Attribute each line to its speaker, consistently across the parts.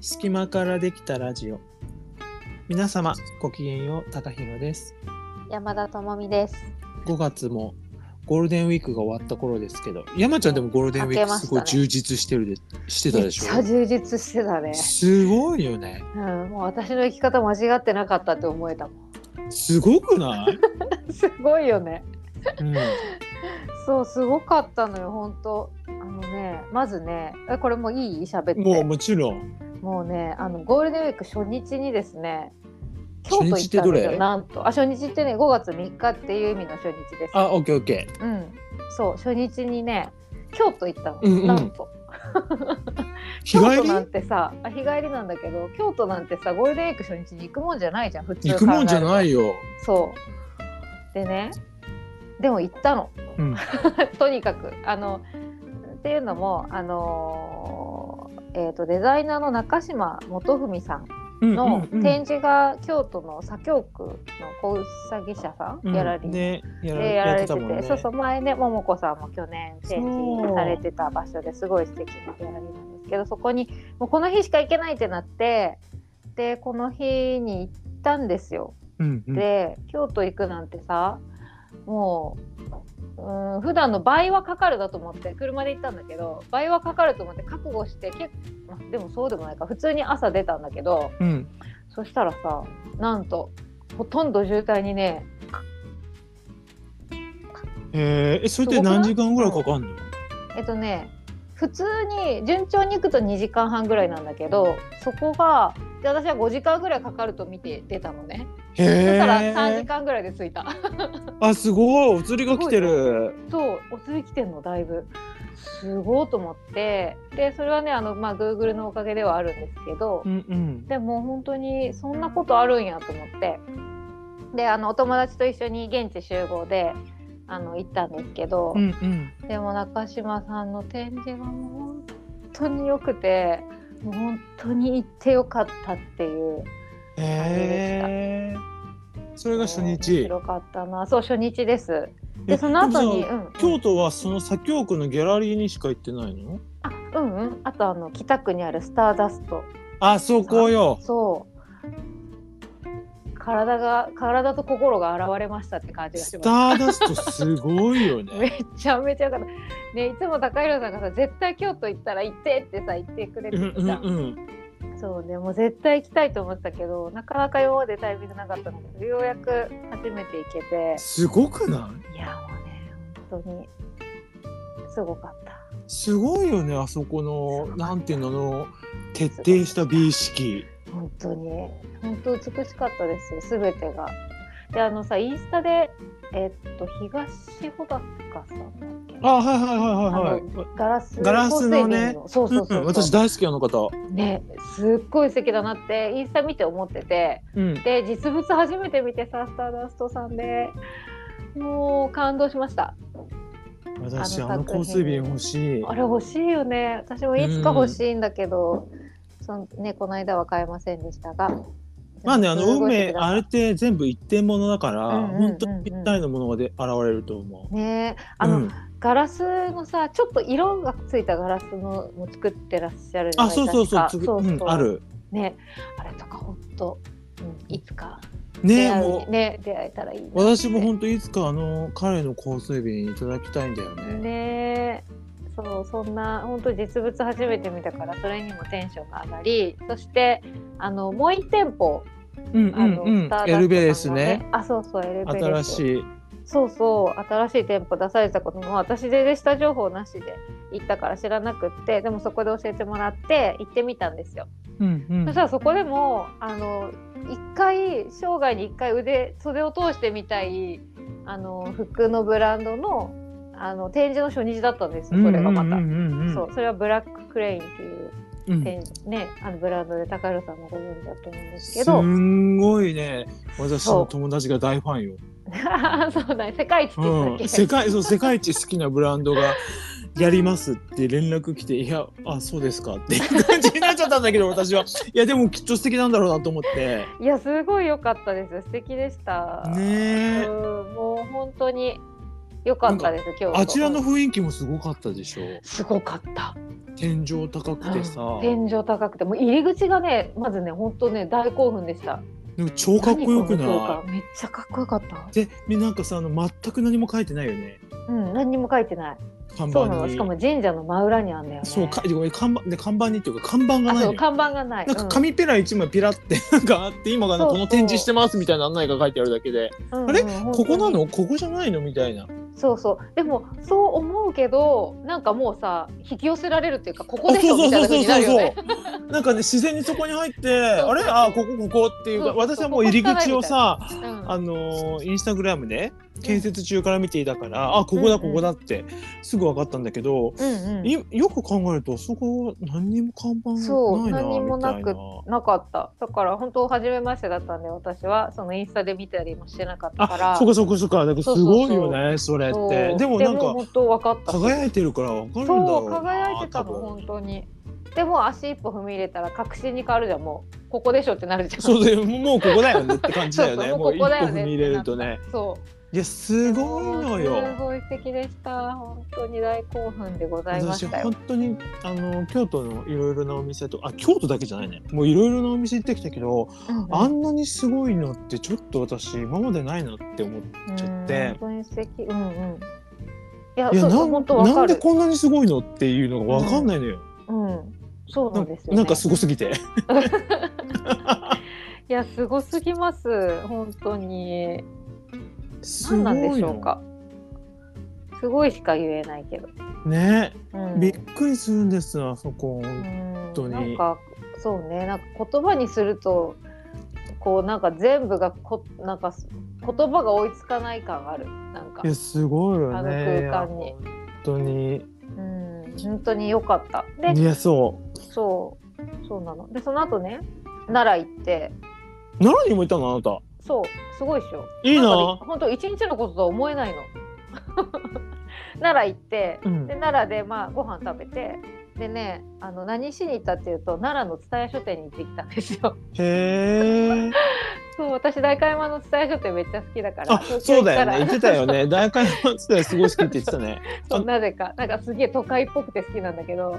Speaker 1: 隙間からできたラジオ皆様ごきげんよう高弘です
Speaker 2: 山田智美です。
Speaker 1: 5月もゴールデンウィークが終わった頃ですけど山ちゃんでもゴールデンウィークすごい
Speaker 2: 明けましたね
Speaker 1: 充実してるで、してた
Speaker 2: め
Speaker 1: で
Speaker 2: っ
Speaker 1: し
Speaker 2: ちゃ
Speaker 1: ょ
Speaker 2: 充実してたね。
Speaker 1: すごいよね
Speaker 2: うん、もう私の生き方間違ってなかったって思えたも
Speaker 1: すごくない、
Speaker 2: ん。 すごいよね。
Speaker 1: うん、
Speaker 2: そう、すごかったのよ、本当。あのね、まずね、えこれもういい喋って。
Speaker 1: もう
Speaker 2: も
Speaker 1: もちろん
Speaker 2: うね、あのゴールデンウィーク初日にですね。京都行
Speaker 1: 初日
Speaker 2: っ
Speaker 1: って
Speaker 2: たん
Speaker 1: ど
Speaker 2: で
Speaker 1: れ
Speaker 2: すよ。なんと、あ、初日ってね、5月3日っていう意味の初日です。
Speaker 1: あオッケーオッケ
Speaker 2: うん、そう、初日にね、京都行ったの、
Speaker 1: うんうん
Speaker 2: なんと。
Speaker 1: ー日
Speaker 2: 京都
Speaker 1: 帰
Speaker 2: なん
Speaker 1: り
Speaker 2: てさあ日帰りなんだけど京都なんてさゴールデンウィーク初日に行くもんじゃないじゃん普通
Speaker 1: 行くもんじゃないいよ、
Speaker 2: そうでねでも行ったの
Speaker 1: うん、
Speaker 2: とにかくあのっていうのもあのーえー、とデザイナーの中島元文さんの
Speaker 1: うんうんうん
Speaker 2: 展示が京都の左京区の小うさぎ社さん、ギャラリー
Speaker 1: ねやら
Speaker 2: でやられて
Speaker 1: やってた
Speaker 2: て、
Speaker 1: もんね
Speaker 2: そうそう前ね桃子さんも去年展示されてた場所ですごい素敵なギャラリーなんですけどそこにもうこの日しか行けないってなってでこの日に行ったんですよ。
Speaker 1: うんうん
Speaker 2: で京都行くなんてさもううん普段の倍はかかるだと思って車で行ったんだけど倍はかかると思って覚悟して結まあでもそうでもないか普通に朝出たんだけど
Speaker 1: うん、
Speaker 2: そしたらさなんとほとんど渋滞にね
Speaker 1: えー、えそれって何時間ぐらいかかんの
Speaker 2: えっとね普通に順調に行くと2時間半ぐらいなんだけどそこがで私は5時間ぐらいかかると見て出たのね
Speaker 1: へ
Speaker 2: だ
Speaker 1: え
Speaker 2: から3時間ぐらいで着いた
Speaker 1: あすごいお釣りが来てる
Speaker 2: そうお釣り来てんのだいぶすごいと思ってでそれはねあのまあ Google のおかげではあるんですけど
Speaker 1: うんうん
Speaker 2: でも本当にそんなことあるんやと思ってであのお友達と一緒に現地集合であの行ったんですけど、
Speaker 1: うんうん
Speaker 2: でも中島さんの展示がもう本当に良くてもう本当に行ってよかったっていう
Speaker 1: へえそれが初
Speaker 2: 面
Speaker 1: 日
Speaker 2: 白かったなそう初日です
Speaker 1: え
Speaker 2: でその後に、
Speaker 1: で
Speaker 2: う
Speaker 1: もさ
Speaker 2: ん、
Speaker 1: 京都はその左京区のギャラリーにしか行ってないの
Speaker 2: あうんうんあとあの北区にあるスターダスト
Speaker 1: あそこよ
Speaker 2: そう体が体と心が現れましたって感じがし
Speaker 1: ス
Speaker 2: ま
Speaker 1: タ
Speaker 2: す
Speaker 1: ーダストすごいよ
Speaker 2: め
Speaker 1: ね
Speaker 2: ちゃめちゃよかったねいつも高弘さんがさ絶対京都行ったら行ってってさ言ってくれて
Speaker 1: うん
Speaker 2: る
Speaker 1: う
Speaker 2: じ
Speaker 1: ん
Speaker 2: ゃん
Speaker 1: うん
Speaker 2: そうね、もう絶対行きたいと思ってたけど、なかなか今までタイミングなかったんだけど、ようやく初めて行けて、
Speaker 1: すごくない
Speaker 2: いやもうね、本当にすごかった。
Speaker 1: すごいよねあそこのなんていうのあの徹底した美意識
Speaker 2: 本当に、本当美しかったですよ、すべてが。で、あのさ、インスタで、えっと、東穂高さんだっけ
Speaker 1: あはいはいはいはいはい
Speaker 2: ガラス
Speaker 1: ガラスのね
Speaker 2: 香水瓶そうそうそうそう
Speaker 1: うん、私大好きあの方
Speaker 2: ね、すっごい素敵だなって、インスタ見て思ってて、
Speaker 1: うん
Speaker 2: で実物初めて見てさスターダストさんでもう感動しました
Speaker 1: 私
Speaker 2: あ
Speaker 1: あ
Speaker 2: の
Speaker 1: の
Speaker 2: 作品
Speaker 1: 香水瓶欲しい
Speaker 2: あれ欲しいよね私もいつか欲しいんだけど、そのねこの間は買えませんでしたが
Speaker 1: まあねあ
Speaker 2: す
Speaker 1: の運
Speaker 2: ごい素
Speaker 1: 命
Speaker 2: 敵だ
Speaker 1: あれって全部一点物だから、
Speaker 2: うんうんうんうん
Speaker 1: 本当にぴったりのものがで現れると思う。
Speaker 2: ねあの、
Speaker 1: うん
Speaker 2: ガラスのさちょっと色がついたガラスのも作ってらっしゃるじゃ
Speaker 1: あ
Speaker 2: ない
Speaker 1: そうそうそう
Speaker 2: 確
Speaker 1: つ
Speaker 2: か
Speaker 1: ぶうんある
Speaker 2: ねあれとかほんと、うん、いつか出
Speaker 1: ね
Speaker 2: 会
Speaker 1: も
Speaker 2: う
Speaker 1: う
Speaker 2: ね出会えたらいいなって
Speaker 1: 私も本当いつかあの彼の香水瓶いただきたいんだよね。
Speaker 2: ねえそうそんな本当実物初めて見たからそれにもテンションが上がりそしてあのもう一店舗
Speaker 1: うんう
Speaker 2: あ
Speaker 1: ん
Speaker 2: の、
Speaker 1: うん
Speaker 2: スターダストさんが
Speaker 1: エルベースね
Speaker 2: あそうそうエルベー
Speaker 1: 新
Speaker 2: ス
Speaker 1: しい
Speaker 2: そうそう新しい店舗出されたことも私ででした情報なしで行ったから知らなくってでもそこで教えてもらって行ってみたんですよ、
Speaker 1: うんうん
Speaker 2: そしたらそこでもあの一回生涯に一回腕袖を通してみたいあの服のブランドのあの展示の初日だったんですよそれがまた、
Speaker 1: うんうんうん
Speaker 2: そうそれはブラッククレインっていう
Speaker 1: うんうん
Speaker 2: 展示、ねあのブランドで高弘さんもご存知だと思うんですけ
Speaker 1: す
Speaker 2: ど
Speaker 1: んごいね私
Speaker 2: そ
Speaker 1: の
Speaker 2: う
Speaker 1: 友達が大ファンよ。
Speaker 2: そうだね世界一って言ってたっけ、
Speaker 1: うん、世界そう世界一好きなブランドがやりますって連絡来て「いやあそうですか」っていう感じになっちゃったんだけど私は「いやでもきっと素敵なんだろうな」と思って
Speaker 2: いやすごい良かったです素敵でした、
Speaker 1: ねえ
Speaker 2: うんもう本当によかったです今日
Speaker 1: あちらの雰囲気もすごかったでしょ
Speaker 2: すごかった、
Speaker 1: 天井高くてさ、
Speaker 2: うん天井高くてもう入り口がねまずね本当ね大興奮でした
Speaker 1: でも超かっこよく
Speaker 2: 何の教
Speaker 1: な
Speaker 2: 科めっちゃかっこよかった
Speaker 1: いでなんかさあの全く何も書いてないよね
Speaker 2: うん何にも書いてない
Speaker 1: 看
Speaker 2: そう
Speaker 1: 板
Speaker 2: なの
Speaker 1: に
Speaker 2: しかも神社の真裏にあんだよね
Speaker 1: そうかごめん看板で看板にっていうか看板がない
Speaker 2: あそ
Speaker 1: の
Speaker 2: う
Speaker 1: よ
Speaker 2: 看板がない
Speaker 1: なんか紙ペラ一枚ピラってなんかあって今がね
Speaker 2: そうそ
Speaker 1: こ
Speaker 2: う
Speaker 1: の展示してますみたいな案内が書いてあるだけで
Speaker 2: うん
Speaker 1: あれ
Speaker 2: うんうん
Speaker 1: ここなのここじゃないのみたいな
Speaker 2: そうそうでもそう思うけどなんかもうさ引き寄せられるっていうかここでしょみたいな風になるよね
Speaker 1: うなんかね自然にそこに入って
Speaker 2: そうそう
Speaker 1: あれあここここっていうか
Speaker 2: そうそう
Speaker 1: 私はもう入り口をさ
Speaker 2: うん
Speaker 1: あのーインスタグラムで建設中から見ていたから、あここだ
Speaker 2: うんう
Speaker 1: こ
Speaker 2: ん
Speaker 1: こだってすぐ分かったんだけど、
Speaker 2: うんうん
Speaker 1: いよく考えるとあそこは何にも看板
Speaker 2: そう
Speaker 1: ないな
Speaker 2: 何も
Speaker 1: み
Speaker 2: な
Speaker 1: た
Speaker 2: く
Speaker 1: いな。
Speaker 2: なかっただから本当初めましてだったんで私はそのインスタで見たりもしてなかったから
Speaker 1: あそうかそうかそうかだから
Speaker 2: そう
Speaker 1: す
Speaker 2: そうそう
Speaker 1: ごいよねそれ
Speaker 2: そう
Speaker 1: ってでもなんか
Speaker 2: 本当分かった
Speaker 1: 輝いてるから分かるんだろ
Speaker 2: そうう
Speaker 1: な
Speaker 2: 輝いてたの
Speaker 1: 多分
Speaker 2: 本当にでも足一歩踏み入れたら確信に変わるじゃんもうここでしょってなるじゃん
Speaker 1: そうだよもうここだよねって感じだよ
Speaker 2: そう
Speaker 1: ね
Speaker 2: そう
Speaker 1: もう
Speaker 2: こ
Speaker 1: 一
Speaker 2: こ
Speaker 1: 歩
Speaker 2: だよね
Speaker 1: 踏み入れるとね
Speaker 2: そう
Speaker 1: いやすごいのよ
Speaker 2: すごい素敵でした。本当に大興奮でございま
Speaker 1: 私
Speaker 2: したよ
Speaker 1: 本。当にあの京都のいろいろなお店とあ京都だけじゃないねもういろいろなお店行ってきたけど、あんなにすごいのってちょっと私今までないなって思ってちゃって
Speaker 2: うん本当に素敵。うんうん。いや、
Speaker 1: いや
Speaker 2: そう
Speaker 1: な
Speaker 2: そう、
Speaker 1: ん
Speaker 2: 本当わ
Speaker 1: な
Speaker 2: か
Speaker 1: んで
Speaker 2: る。
Speaker 1: こんなにすごいのっていうのが分かんないのよ、
Speaker 2: うん。そうなんですよ、ね。
Speaker 1: なんかすごすぎて
Speaker 2: いや、すごすぎます。本当に。
Speaker 1: す
Speaker 2: 何
Speaker 1: ごい
Speaker 2: なんでしょう
Speaker 1: の
Speaker 2: か。すごいしか言えないけど。
Speaker 1: ね
Speaker 2: うん。
Speaker 1: びっくりするんですあそこ
Speaker 2: 本
Speaker 1: 当に
Speaker 2: なんか、そうね、なんか言葉にすると。こう、なんか全部がこ、なんか。言葉が追いつかない感がある。なんか
Speaker 1: い。やすごいよね
Speaker 2: あの空間
Speaker 1: い
Speaker 2: に
Speaker 1: や本当に
Speaker 2: うん、本当に良かった。
Speaker 1: い
Speaker 2: で、
Speaker 1: やそう
Speaker 2: そう、そうなの。で、その後ね、奈良行って、
Speaker 1: 奈良にも行ったのあなた
Speaker 2: そう、すごいでしょ。
Speaker 1: いいなん
Speaker 2: かね本当一日のこととは思えないの。 奈良行って、
Speaker 1: うん
Speaker 2: で奈良でまあご飯食べて、でね、あの何しに行ったっていうと奈良の蔦屋書店に行ってきたんですよ。
Speaker 1: へえ
Speaker 2: そう、私大会山の蔦屋書店めっちゃ好きだから。
Speaker 1: あそうだよね言
Speaker 2: 東京行
Speaker 1: っ
Speaker 2: ったら
Speaker 1: てたよ ね大会のつってすごい好きって言ってたね
Speaker 2: そうなぜかなんかすげえ都会っぽくて好きなんだけど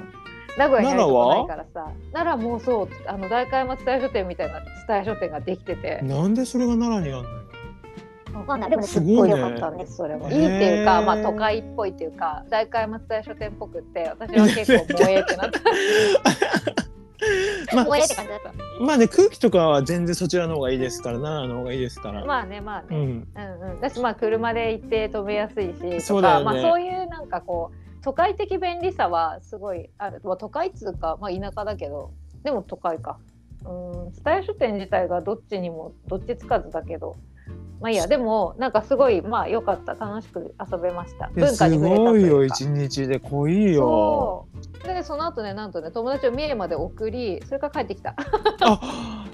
Speaker 2: 名古屋にあるとこないからさ奈良もうそうあの代官山蔦屋書店みたいな蔦屋書店ができてて
Speaker 1: なんでそれが奈良にあんのよ
Speaker 2: わかんないでもす
Speaker 1: す
Speaker 2: っ
Speaker 1: ご
Speaker 2: ご
Speaker 1: い
Speaker 2: い
Speaker 1: ね
Speaker 2: 良かったんですそれも
Speaker 1: へ
Speaker 2: い
Speaker 1: ー
Speaker 2: いっていうかまあ都会っぽいっていうか代官山蔦屋書店っぽくって私 は結構萌えってなった
Speaker 1: ま
Speaker 2: 萌えって感じだった
Speaker 1: あ、まあね空気とかは全然そちらの方がいいですから奈良の方がいいですから、
Speaker 2: まあねまあ
Speaker 1: う
Speaker 2: ね、
Speaker 1: ん、
Speaker 2: うんうん、だしまあ車で行って飛べやすいしとか
Speaker 1: そうだよね
Speaker 2: まあ、そういうなんかこう都会的便利さはすごいある、まあ、都会っつうか、まあ、田舎だけどでも都会かうん蔦屋書店自体がどっちにもどっちつかずだけどまあいいやでもなんかすごいまあ良かった楽しく遊べました
Speaker 1: いや
Speaker 2: 文
Speaker 1: す
Speaker 2: 化に触れた
Speaker 1: ご
Speaker 2: と
Speaker 1: いよ
Speaker 2: いうか
Speaker 1: 一日で濃いよ
Speaker 2: そうでその後ねなんとね友達を三重まで送りそれから帰って きた
Speaker 1: あ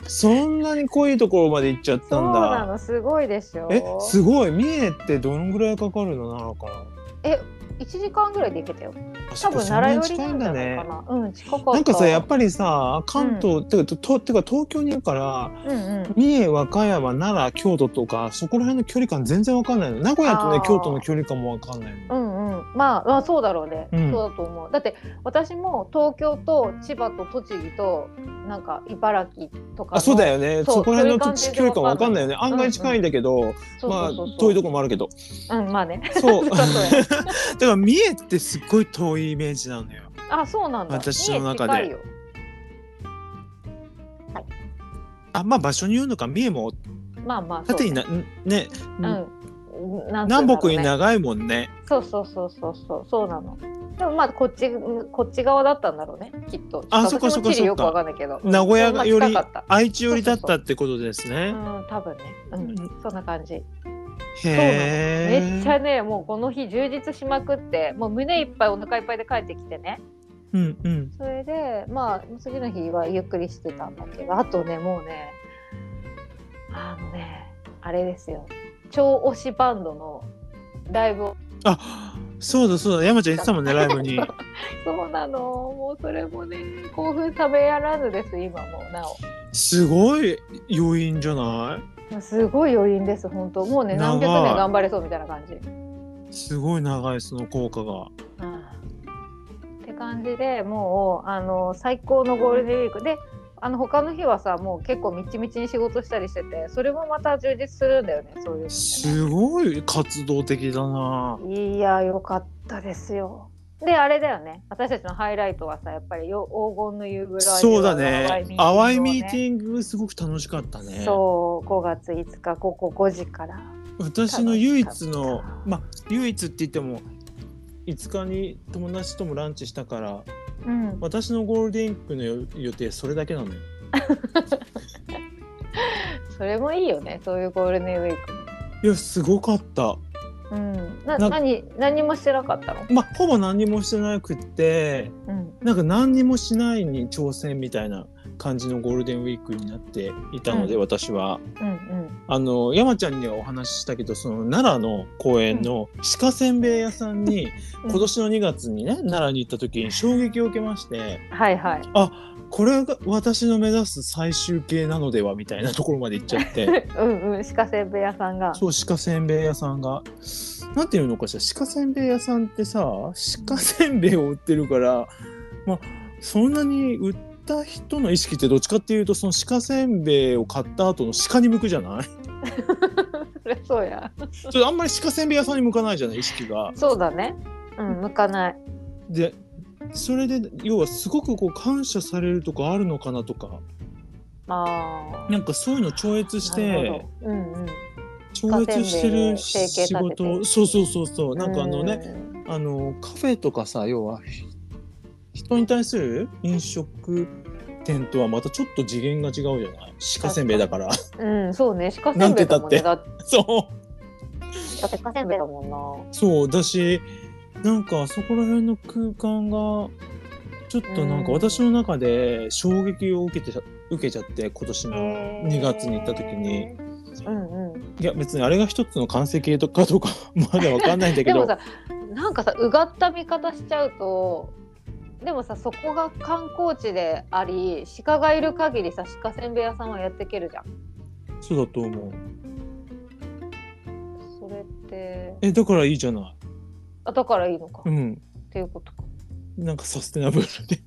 Speaker 1: そんなに濃いところまで行っちゃった
Speaker 2: そ
Speaker 1: ん
Speaker 2: うな
Speaker 1: だ
Speaker 2: のすごいでしょ
Speaker 1: えすごい三重ってどのぐらいかかるの奈良から
Speaker 2: 1時間ぐらいで行けたよ
Speaker 1: あそ
Speaker 2: 多
Speaker 1: こ
Speaker 2: 分
Speaker 1: そんな
Speaker 2: 奈
Speaker 1: に
Speaker 2: 良寄
Speaker 1: 近
Speaker 2: りないん
Speaker 1: ん
Speaker 2: じ
Speaker 1: だ
Speaker 2: ゃない
Speaker 1: ね
Speaker 2: かな。うん、近かった。
Speaker 1: なんかさやっぱりさ関東、てかととてか東京にいるから
Speaker 2: り、うんうん、
Speaker 1: 三重和歌山奈良京都とかそこら辺の距離感全然わかんないの名古屋と
Speaker 2: あ
Speaker 1: ね
Speaker 2: ー
Speaker 1: 京都の距離感もわかんないの
Speaker 2: うんうん、まあ、まあ、そうだろうね、
Speaker 1: うん
Speaker 2: そうだと思う。だって、私も東京と千葉と栃木と、なんか茨城とかの。
Speaker 1: あそうだよね
Speaker 2: そ
Speaker 1: そうこら辺の
Speaker 2: 距離感
Speaker 1: 距離感わかんないよね
Speaker 2: ん
Speaker 1: 案外近いんだけど、
Speaker 2: そう
Speaker 1: ま
Speaker 2: そ
Speaker 1: あ
Speaker 2: うそうそう。
Speaker 1: 遠いとこもあるけど
Speaker 2: うん、まあね。
Speaker 1: そう だ
Speaker 2: ちょっとね
Speaker 1: から三重ってすっごい遠いイメージなのよ
Speaker 2: あ、そうなんだ。
Speaker 1: 私の中で
Speaker 2: 家近いよ
Speaker 1: あまあ場所によるのか三重も
Speaker 2: まあまあ。そう
Speaker 1: 縦になね、
Speaker 2: うん。なんつうんだろうね
Speaker 1: 南北に長いもんね
Speaker 2: そうそうそうそうそう、そうなの。でも、まあ、こっち、こっち側だったんだろうね。きっと。
Speaker 1: あ
Speaker 2: ちょっ
Speaker 1: そっかそ
Speaker 2: と私も
Speaker 1: っか
Speaker 2: 地理よく
Speaker 1: そっ
Speaker 2: わ
Speaker 1: か
Speaker 2: かんないけど。
Speaker 1: 名古屋がよ
Speaker 2: そん
Speaker 1: り
Speaker 2: な近かっ
Speaker 1: 愛知寄りだったってことです
Speaker 2: う
Speaker 1: ね。
Speaker 2: ん、多分ね。うん、そんな感じ。
Speaker 1: へー
Speaker 2: めっちゃねもうこの日充実しまくってもう胸いっぱいお腹いっぱいで帰ってきてね
Speaker 1: うんうん。
Speaker 2: それでまあ次の日はゆっくりしてたんだけどあとねもうねあのねあれですよ超推しバンドのライブを
Speaker 1: あそうだそうだ山ちゃん言ってたもんねライブ に。
Speaker 2: そうなのもうそれもね興奮冷めやらぬです今もな
Speaker 1: すごい余韻じゃな
Speaker 2: おすごい余韻です本当もうね何百
Speaker 1: 長い
Speaker 2: 年頑張れそうみたいな感じ
Speaker 1: いすごい長いその効果が。
Speaker 2: って感じでもうあの最高のゴールデンウィークであの他の日はさもう結構みちみちに仕事したりしててそれもまた充実するんだよねそういうのってね
Speaker 1: すごい活動的だな。
Speaker 2: いやよかったですよ。であれだよね私たちのハイライトはさやっぱりよ黄金の夕暮れ
Speaker 1: そうだね。淡いミーティ
Speaker 2: ン
Speaker 1: ングすごく楽しかった
Speaker 2: グを
Speaker 1: ね。
Speaker 2: そう5月5日午後5時から
Speaker 1: 私の唯一
Speaker 2: 楽し
Speaker 1: の
Speaker 2: かっ、た
Speaker 1: まあ唯一って言っても5日に友達ともランチしたから、
Speaker 2: うん
Speaker 1: 私のゴールデンウィークの予予定それだけなのよ。
Speaker 2: それもいいよねそういうゴールデンウィーク
Speaker 1: いやすごかった。
Speaker 2: うんな
Speaker 1: な
Speaker 2: 何何もしてなかったの
Speaker 1: まあほぼ何もしてなくって、
Speaker 2: うん
Speaker 1: なんか何にもしないに挑戦みたいな感じのゴールデンウィークになっていたので、
Speaker 2: うん
Speaker 1: 私は。
Speaker 2: うん
Speaker 1: あの山ちゃんにはお話ししたけどその奈良の公園の鹿せんべい屋さんに、
Speaker 2: うん
Speaker 1: 今年の2月にね奈良に行った時に衝撃を受けまして
Speaker 2: うんはいはい
Speaker 1: これが私の目指す最終形なのではみたいなところまで行っちゃって
Speaker 2: うんうん鹿せんべい屋さんが
Speaker 1: そう鹿せんべい屋さんがなんていうのかしら鹿せんべい屋さんってさ鹿せんべいを売ってるからまあそんなに売った人の意識ってどっちかっていうとその鹿せんべいを買った後の鹿に向くじゃない
Speaker 2: そりゃそうや
Speaker 1: それあんまり鹿せんべい屋さんに向かないじゃない意識が。
Speaker 2: そうだねうん向かない
Speaker 1: でそれで要はすごくこう感謝されるとかあるのかなとか
Speaker 2: ああ
Speaker 1: なんかそういうの超越して
Speaker 2: うんうん
Speaker 1: 超越して
Speaker 2: 河川
Speaker 1: る
Speaker 2: で生計立てて
Speaker 1: 仕事そうそうそうそうなんかあのね、
Speaker 2: うん
Speaker 1: あのカフェとかさ要はひ人に対する飲食店とはまたちょっと次元が違うじゃない鹿せんべいだから
Speaker 2: うん、そうね、鹿せんべいだもんね。だって
Speaker 1: そう
Speaker 2: だって鹿せんべいだもんな。
Speaker 1: そうだしなんかそこら辺の空間がちょっとなんか
Speaker 2: うん
Speaker 1: 私の中で衝撃を受けてしゃ受けちゃって今年の2
Speaker 2: 2
Speaker 1: 月に行った時に。
Speaker 2: うんうん。
Speaker 1: いや別にあれが一つの完成形とかどうか まだわかんないんだけ
Speaker 2: で
Speaker 1: ど
Speaker 2: もさ、なんかさ、うがった見方しちゃうと。でもさ、そこが観光地であり、鹿がいる限りさ、鹿せんべい屋さんはやっていけるじゃん。
Speaker 1: そうだと思う
Speaker 2: それって、
Speaker 1: えだからいいじゃない
Speaker 2: あ、だからいいのか、
Speaker 1: う
Speaker 2: っ
Speaker 1: ん
Speaker 2: ていうことか。
Speaker 1: なんかサステナブルで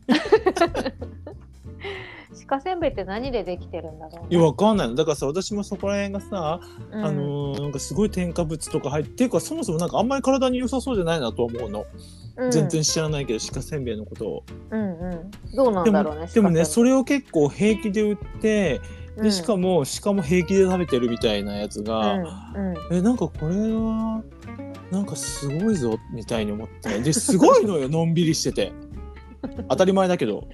Speaker 2: 鹿せんべいって何でできてるんだろう
Speaker 1: いや
Speaker 2: ね。
Speaker 1: わかんないのだからさ私もそこら辺がさ、
Speaker 2: うん
Speaker 1: あのーなんかすごい添加物とか入ってっていうかそもそもなんかあんまり体に良さそうじゃないなと思うの、
Speaker 2: うん
Speaker 1: 全然知らないけど鹿せんべいのことを
Speaker 2: うんうん。どうな
Speaker 1: で
Speaker 2: ん
Speaker 1: も
Speaker 2: だろうね。
Speaker 1: でもね
Speaker 2: 鹿せ
Speaker 1: そ
Speaker 2: んべい
Speaker 1: れを結構平気で売って
Speaker 2: う
Speaker 1: で
Speaker 2: ん
Speaker 1: しかも鹿も平気で食べてるみたいなやつが、
Speaker 2: うんうん
Speaker 1: えなんかこれはなんかすごいぞみたいに思ってですごいの よのんびりしてて当たり前だけど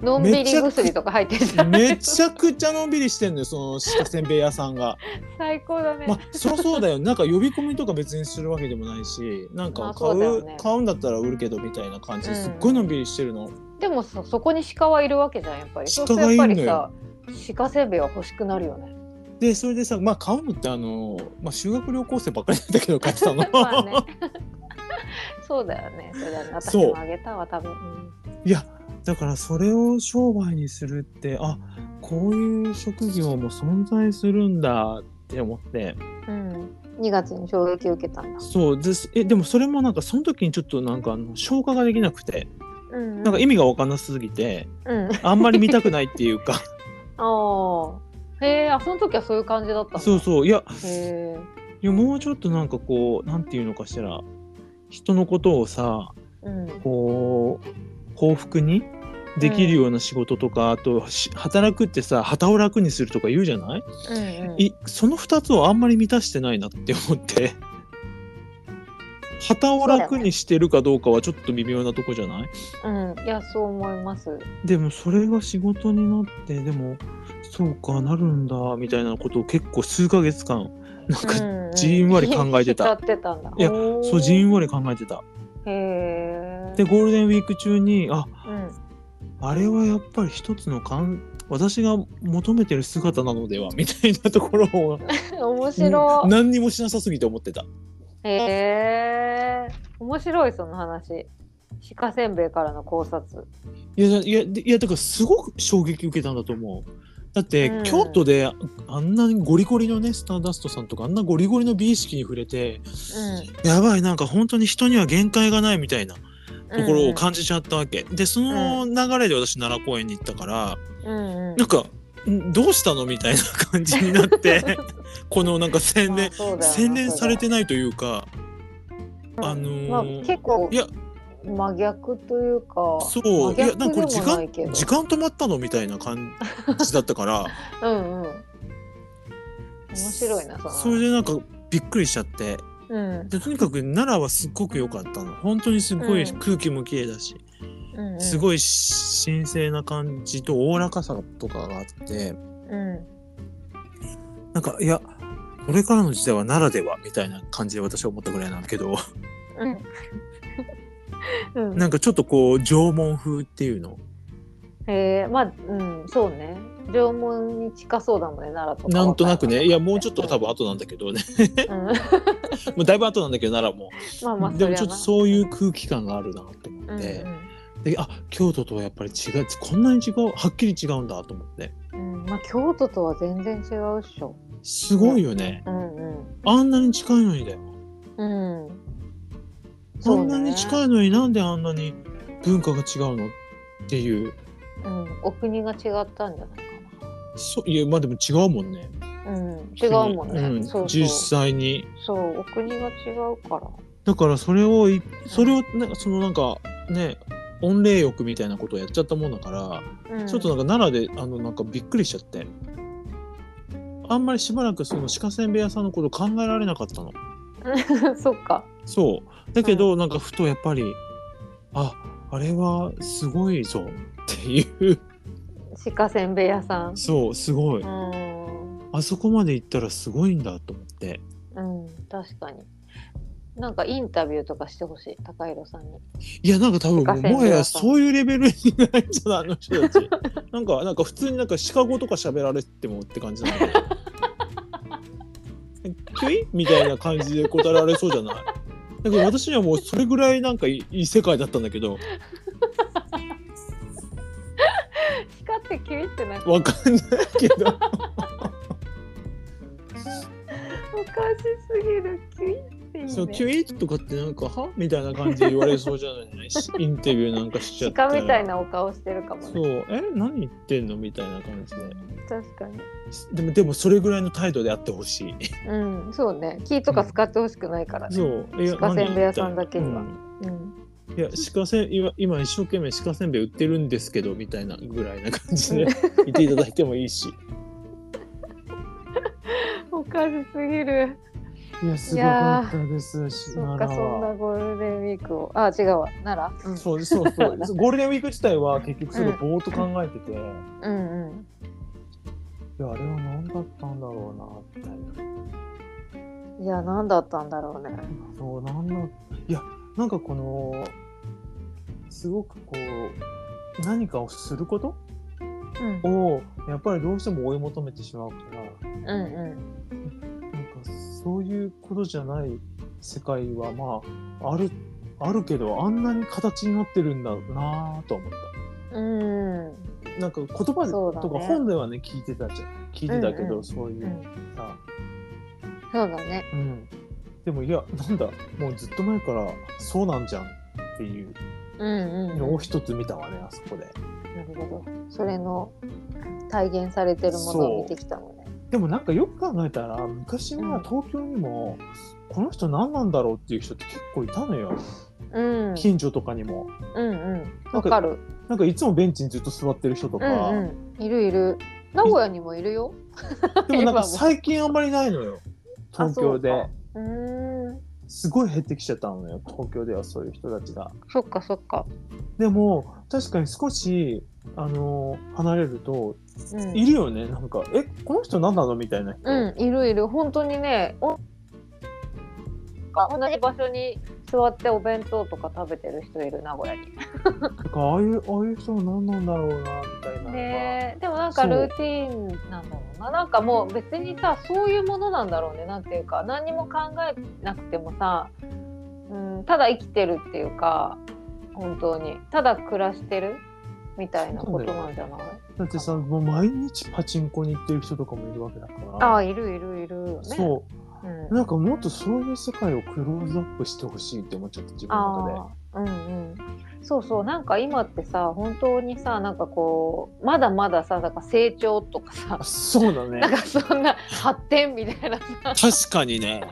Speaker 2: のんびり薬とか入ってるじゃん。
Speaker 1: めちゃくちゃのんびりしてんのよその鹿せんべい屋さんが
Speaker 2: 最高だね。
Speaker 1: まあそりゃそうだよなんか呼び込みとか別にするわけでもないしなん
Speaker 2: ま
Speaker 1: か
Speaker 2: あ
Speaker 1: 買
Speaker 2: そう
Speaker 1: う,、
Speaker 2: だよね
Speaker 1: 買うんだったら売るけどみたいな感じ
Speaker 2: うん
Speaker 1: ですっごいのんびりしてるの、
Speaker 2: でもさそこに鹿はいるわけじゃんやっぱり。
Speaker 1: 鹿がいるのよ
Speaker 2: そうするとやっぱりさ鹿せんべいは欲しくなるよね。
Speaker 1: でそれでさまあ買うのってあの、まあ、修学旅行生ばっかりなんだ けど買って たの、
Speaker 2: まあねそうだよね。そうだよね。私
Speaker 1: そう
Speaker 2: もあげたわ多分。うん
Speaker 1: いやだからそれを商売にするってあこういう職業も存在するんだって思って
Speaker 2: うん。2月に衝撃を受けたんだ。
Speaker 1: そうですえでもそれもなんかその時にちょっとなんかあの消化ができなくて
Speaker 2: うん。
Speaker 1: なんか意味が分かんなすぎて
Speaker 2: うん。
Speaker 1: あんまり見たくないっていうか
Speaker 2: ああ。へえ。あその時はそういう感じだったの。
Speaker 1: そうそういや
Speaker 2: へえ。
Speaker 1: いやもうちょっとなんかこうなんていうのかしら人のことをさ
Speaker 2: うん。
Speaker 1: こう幸福にできるような仕事とか、あとし働くってさ旗を楽にするとか言うじゃない
Speaker 2: うんうん。
Speaker 1: いその2つをあんまり満たしてないなって思って旗を楽にしてるかどうかはちょっと微妙なとこじゃない、
Speaker 2: うん。いやそう思います。
Speaker 1: でもそれが仕事になってでもそうかなるんだみたいなことを結構数ヶ月間なんか、
Speaker 2: うんうん
Speaker 1: じんわり考えてた
Speaker 2: 浸 ってたんだ。
Speaker 1: いや
Speaker 2: おー
Speaker 1: そうじんわり考えてた
Speaker 2: へえ。
Speaker 1: でゴールデンウィーク中にあ
Speaker 2: うん。
Speaker 1: あれはやっぱり一つの感私が求めてる姿なのではみたいなところを
Speaker 2: 面白 い。
Speaker 1: 何にもしなさすぎて思ってた
Speaker 2: へえ。面白いその話。鹿せんべいからの考察。
Speaker 1: いやいやでいやだからすごく衝撃受けたんだと思うだって、
Speaker 2: うん
Speaker 1: 京都であんなにゴリゴリのねスターダストさんとかあんなゴリゴリの美意識に触れてやばいなんか本当に人には限界がないみたいなところを感じちゃったわけ、でその流れで私奈良公園に行ったから、
Speaker 2: うんうん
Speaker 1: なんかんどうしたのみたいな感じになって このなんか洗練洗練されてないというか、あのー
Speaker 2: まあ、結構
Speaker 1: いや
Speaker 2: 真逆というか
Speaker 1: そういやなんかこれ時
Speaker 2: 真逆でもないけど
Speaker 1: 間時間止まったのみたいな感じだったから
Speaker 2: うんうん 面白いなその
Speaker 1: それでなんかびっくりしちゃって
Speaker 2: うん
Speaker 1: でとにかく奈良はすっごく良かったの本当にすごい
Speaker 2: うん
Speaker 1: 空気も綺麗だし、
Speaker 2: うんうん、
Speaker 1: す
Speaker 2: い、
Speaker 1: ごい神聖な感じとおおらかさとかがあって
Speaker 2: うん、
Speaker 1: なんかいやこれからの時代は奈良ではみたいな感じで私は思ったぐらいなんだけど
Speaker 2: うんうん
Speaker 1: なんかちょっとこう縄文風っていうの
Speaker 2: えー、まあうんそうね縄文に近そうだもんね奈良とか
Speaker 1: なんとなくねいやもうちょっと多分
Speaker 2: 分、
Speaker 1: 後なんだけどね
Speaker 2: うん
Speaker 1: もうだいぶ後なんだけど奈良も
Speaker 2: まあまあ
Speaker 1: でもちょっとそういうう空気感があるなと思
Speaker 2: ん
Speaker 1: って、であ京都とはやっぱり違うこんなに違うはっきり違うんだと思って
Speaker 2: うんうんまあ、京都とは全然違うっしょ
Speaker 1: すごいよね、
Speaker 2: うんうん
Speaker 1: あんなに近いのにだよ、
Speaker 2: うん
Speaker 1: こんなに近
Speaker 2: い、
Speaker 1: いのになんであんなに文化が違うのっていう
Speaker 2: うん、お国が違ったんじゃないかな
Speaker 1: そういやまあでも違うもんね
Speaker 2: うん、違うもんね。
Speaker 1: うん
Speaker 2: そうそ
Speaker 1: 実
Speaker 2: う。
Speaker 1: 際に
Speaker 2: そう、お国が違うから。
Speaker 1: だからそれをいそれをなんかそのなんかね御礼欲みたいなことをやっちゃったもんだから、
Speaker 2: うん、
Speaker 1: ちょっとなんか奈良であのなんかびっくりしちゃってあんまりしばらくその鹿せんべい屋さんのこと考えられなかったの
Speaker 2: そっか。
Speaker 1: そうだけど、なんかふとやっぱりああれはすごいぞっていう
Speaker 2: 鹿せんべい屋さん。
Speaker 1: そうすごいう
Speaker 2: ー
Speaker 1: あそこまで行ったらすごいんだと思って
Speaker 2: ん、うん、確かに。なんかインタビューとかしてほしい、高弘さんに。
Speaker 1: いやなんか多分も
Speaker 2: 鹿
Speaker 1: う
Speaker 2: せんべい
Speaker 1: もは
Speaker 2: 屋
Speaker 1: や
Speaker 2: さん
Speaker 1: そういうレベルにないんじゃないあの人たち なんかなんか普通になんかシカゴとか喋られてもって感じなんだけど キュイみたいな感じで答えられそうじゃないだけど私にはもうそれぐらいなんかいいい世界だったんだけど
Speaker 2: 鹿ってキュイってなんか。
Speaker 1: わかんないけ ど
Speaker 2: おかしすぎる、キュイっていい、ね。
Speaker 1: そうキュイッとかってなんかはみたいな感じで言われそうじゃないしインタビューなんかしちゃった
Speaker 2: 鹿
Speaker 1: ら
Speaker 2: みたいなお顔してるかも
Speaker 1: そ
Speaker 2: ね。
Speaker 1: うえ何言ってんのみたいな感じ
Speaker 2: 確かに。
Speaker 1: ででもでもそれぐらいの態度であってほしい
Speaker 2: うん、そうね。木とか使ってほしくないからね。
Speaker 1: そういや
Speaker 2: 鹿せんべい屋さ
Speaker 1: 何言
Speaker 2: んだ
Speaker 1: って
Speaker 2: け
Speaker 1: の
Speaker 2: には
Speaker 1: うん
Speaker 2: うん。
Speaker 1: いや鹿せん今今一生懸命鹿せんべい売ってるんですけどみたいなぐらいな感じで 言っていただいてもいいし
Speaker 2: おかしすぎる。
Speaker 1: いやすごかったですし
Speaker 2: そっか、
Speaker 1: 奈良
Speaker 2: そんな
Speaker 1: は
Speaker 2: ゴールデンウィークを。あ、違うわ。奈良。うん
Speaker 1: そうそう そうゴールデンウィーク自体は結局すごいぼーっと考えてて、い
Speaker 2: うんうん。
Speaker 1: やあれは何だったんだろうなみたいない
Speaker 2: や、何だったんだろうね。
Speaker 1: そうなんだいやなんかこのすごくこう何かをすること
Speaker 2: うん、
Speaker 1: をやっぱりどうしても追い求めてしまうから
Speaker 2: うん、うん。
Speaker 1: なんかそういうことじゃない世界はまああるあるけどあんなに形になってるんだろうなぁと思った
Speaker 2: うん、うん、
Speaker 1: なんか言葉で
Speaker 2: そうだね
Speaker 1: とか本ではね聞いてたじゃん聞いてたけど、
Speaker 2: うんうん
Speaker 1: そういうさ、
Speaker 2: そうだね。
Speaker 1: うん、でもいやなんだもうずっと前からそうなんじゃんっていう
Speaker 2: うん、うん。な
Speaker 1: のを
Speaker 2: る
Speaker 1: 一つ見たわねあそこで
Speaker 2: ほど。それの体現されてるものを見てきたのね。
Speaker 1: でもなんかよく考えたら昔は東京にも、この人何なんだろうっていう人って結構いたのよ
Speaker 2: うん、
Speaker 1: 近所とかにも
Speaker 2: うん、うん。わかる。
Speaker 1: なんかいつもベンチにずっと座ってる人と
Speaker 2: う
Speaker 1: か、
Speaker 2: ん、うん。いるいる。名古屋にもいるよ。
Speaker 1: でもなんか最近あんまりないのよ
Speaker 2: あ
Speaker 1: 東京
Speaker 2: そう
Speaker 1: で
Speaker 2: かうーん。
Speaker 1: すごい減ってきちゃったのよ東京ではそういう人たちが
Speaker 2: そっか、そっか。
Speaker 1: でも確かに少しあの離れると
Speaker 2: うん。
Speaker 1: いるよねなんかえこの人何なのみたいな人、
Speaker 2: うん、いるいる。本当にね。お同じ場所に座ってお弁当とか食べてる人いる名古屋に。
Speaker 1: なんかああいうああいう人は何なんだろうなみたいなのが、
Speaker 2: ねえでもなんかルーティーンなんだろうななんかもう別にさそういうものなんだろうねなんていうか何にも考えなくてもさ、うん、ただ生きてるっていうか本当にただ暮らしてるみたいなことなんじゃない
Speaker 1: だってさもう毎日パチンコに行ってる人とかもいるわけだから
Speaker 2: ああいるいるいるよね、
Speaker 1: そう
Speaker 2: ん
Speaker 1: う、なんかもっとそういう世界をクローズアップしてほしいって思っちゃった自分の中で
Speaker 2: ああうんうんそうそうなんか今ってさ本当にさなんかこうまだまださだから成長とかさ
Speaker 1: あそうだね
Speaker 2: なんかそんな発展みたいなさ
Speaker 1: 確かにね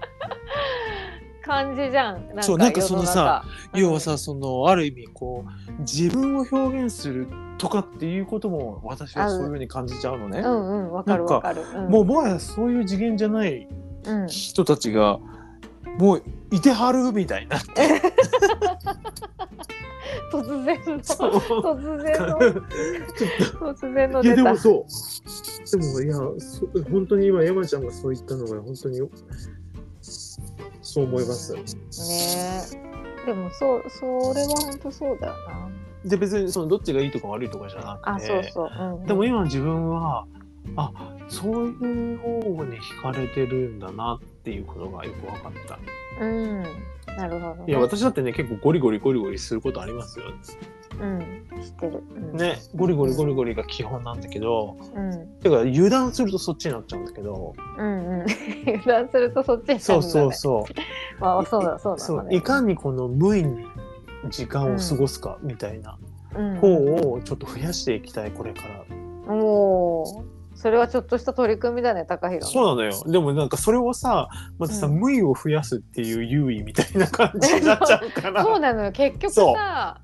Speaker 2: 感じじゃんなんか
Speaker 1: そうなんか
Speaker 2: 世
Speaker 1: そのさ要はさそのある意味こう自分を表現するとかっていうことも私はそういうふうに感じちゃうのね
Speaker 2: う、んうんわかるわかるん
Speaker 1: もうもはやそういう次元じゃない
Speaker 2: うん
Speaker 1: 人たちがもういてはるみたいな
Speaker 2: 突然の
Speaker 1: そう
Speaker 2: 突然の
Speaker 1: ちょっと
Speaker 2: 突然の
Speaker 1: いや
Speaker 2: 出
Speaker 1: で
Speaker 2: た
Speaker 1: もそう。でもいやそ本当に今山ちゃんがそう言ったのが本当によそう思います。
Speaker 2: ねえでもそうそれは本当そうだよな
Speaker 1: で別にそのどっちがいいとか悪いとかじゃなくて、
Speaker 2: あ、そうそう、うんうん、
Speaker 1: でも今の自分はあそういう方に惹かれてるんだなっていうことがよく分かった。
Speaker 2: うんなるほど、ね、
Speaker 1: いや私だってね結構ゴリゴリゴリゴリすることありますよ。
Speaker 2: うん知ってる、うん、
Speaker 1: ねゴリゴリゴリゴリが基本なんだけど、
Speaker 2: うん
Speaker 1: てか油断するとそっちになっちゃうんだけど、
Speaker 2: うんうん 油断するとそっちに
Speaker 1: そうそう
Speaker 2: そ
Speaker 1: そう。
Speaker 2: う、まあ、そうだそうだ
Speaker 1: そう
Speaker 2: だ
Speaker 1: いかにこの無意に時間を過ごすかみたいな
Speaker 2: うん、
Speaker 1: 方をちょっと増やしていきたいこれから、
Speaker 2: おおそれはちょっとした取り組みだね高弘
Speaker 1: そうなのよでもなんかそれをさまたさ、
Speaker 2: うん
Speaker 1: 無意を増やすっていう優位みたいな感じになっちゃうか ら
Speaker 2: そうなのよ結局さ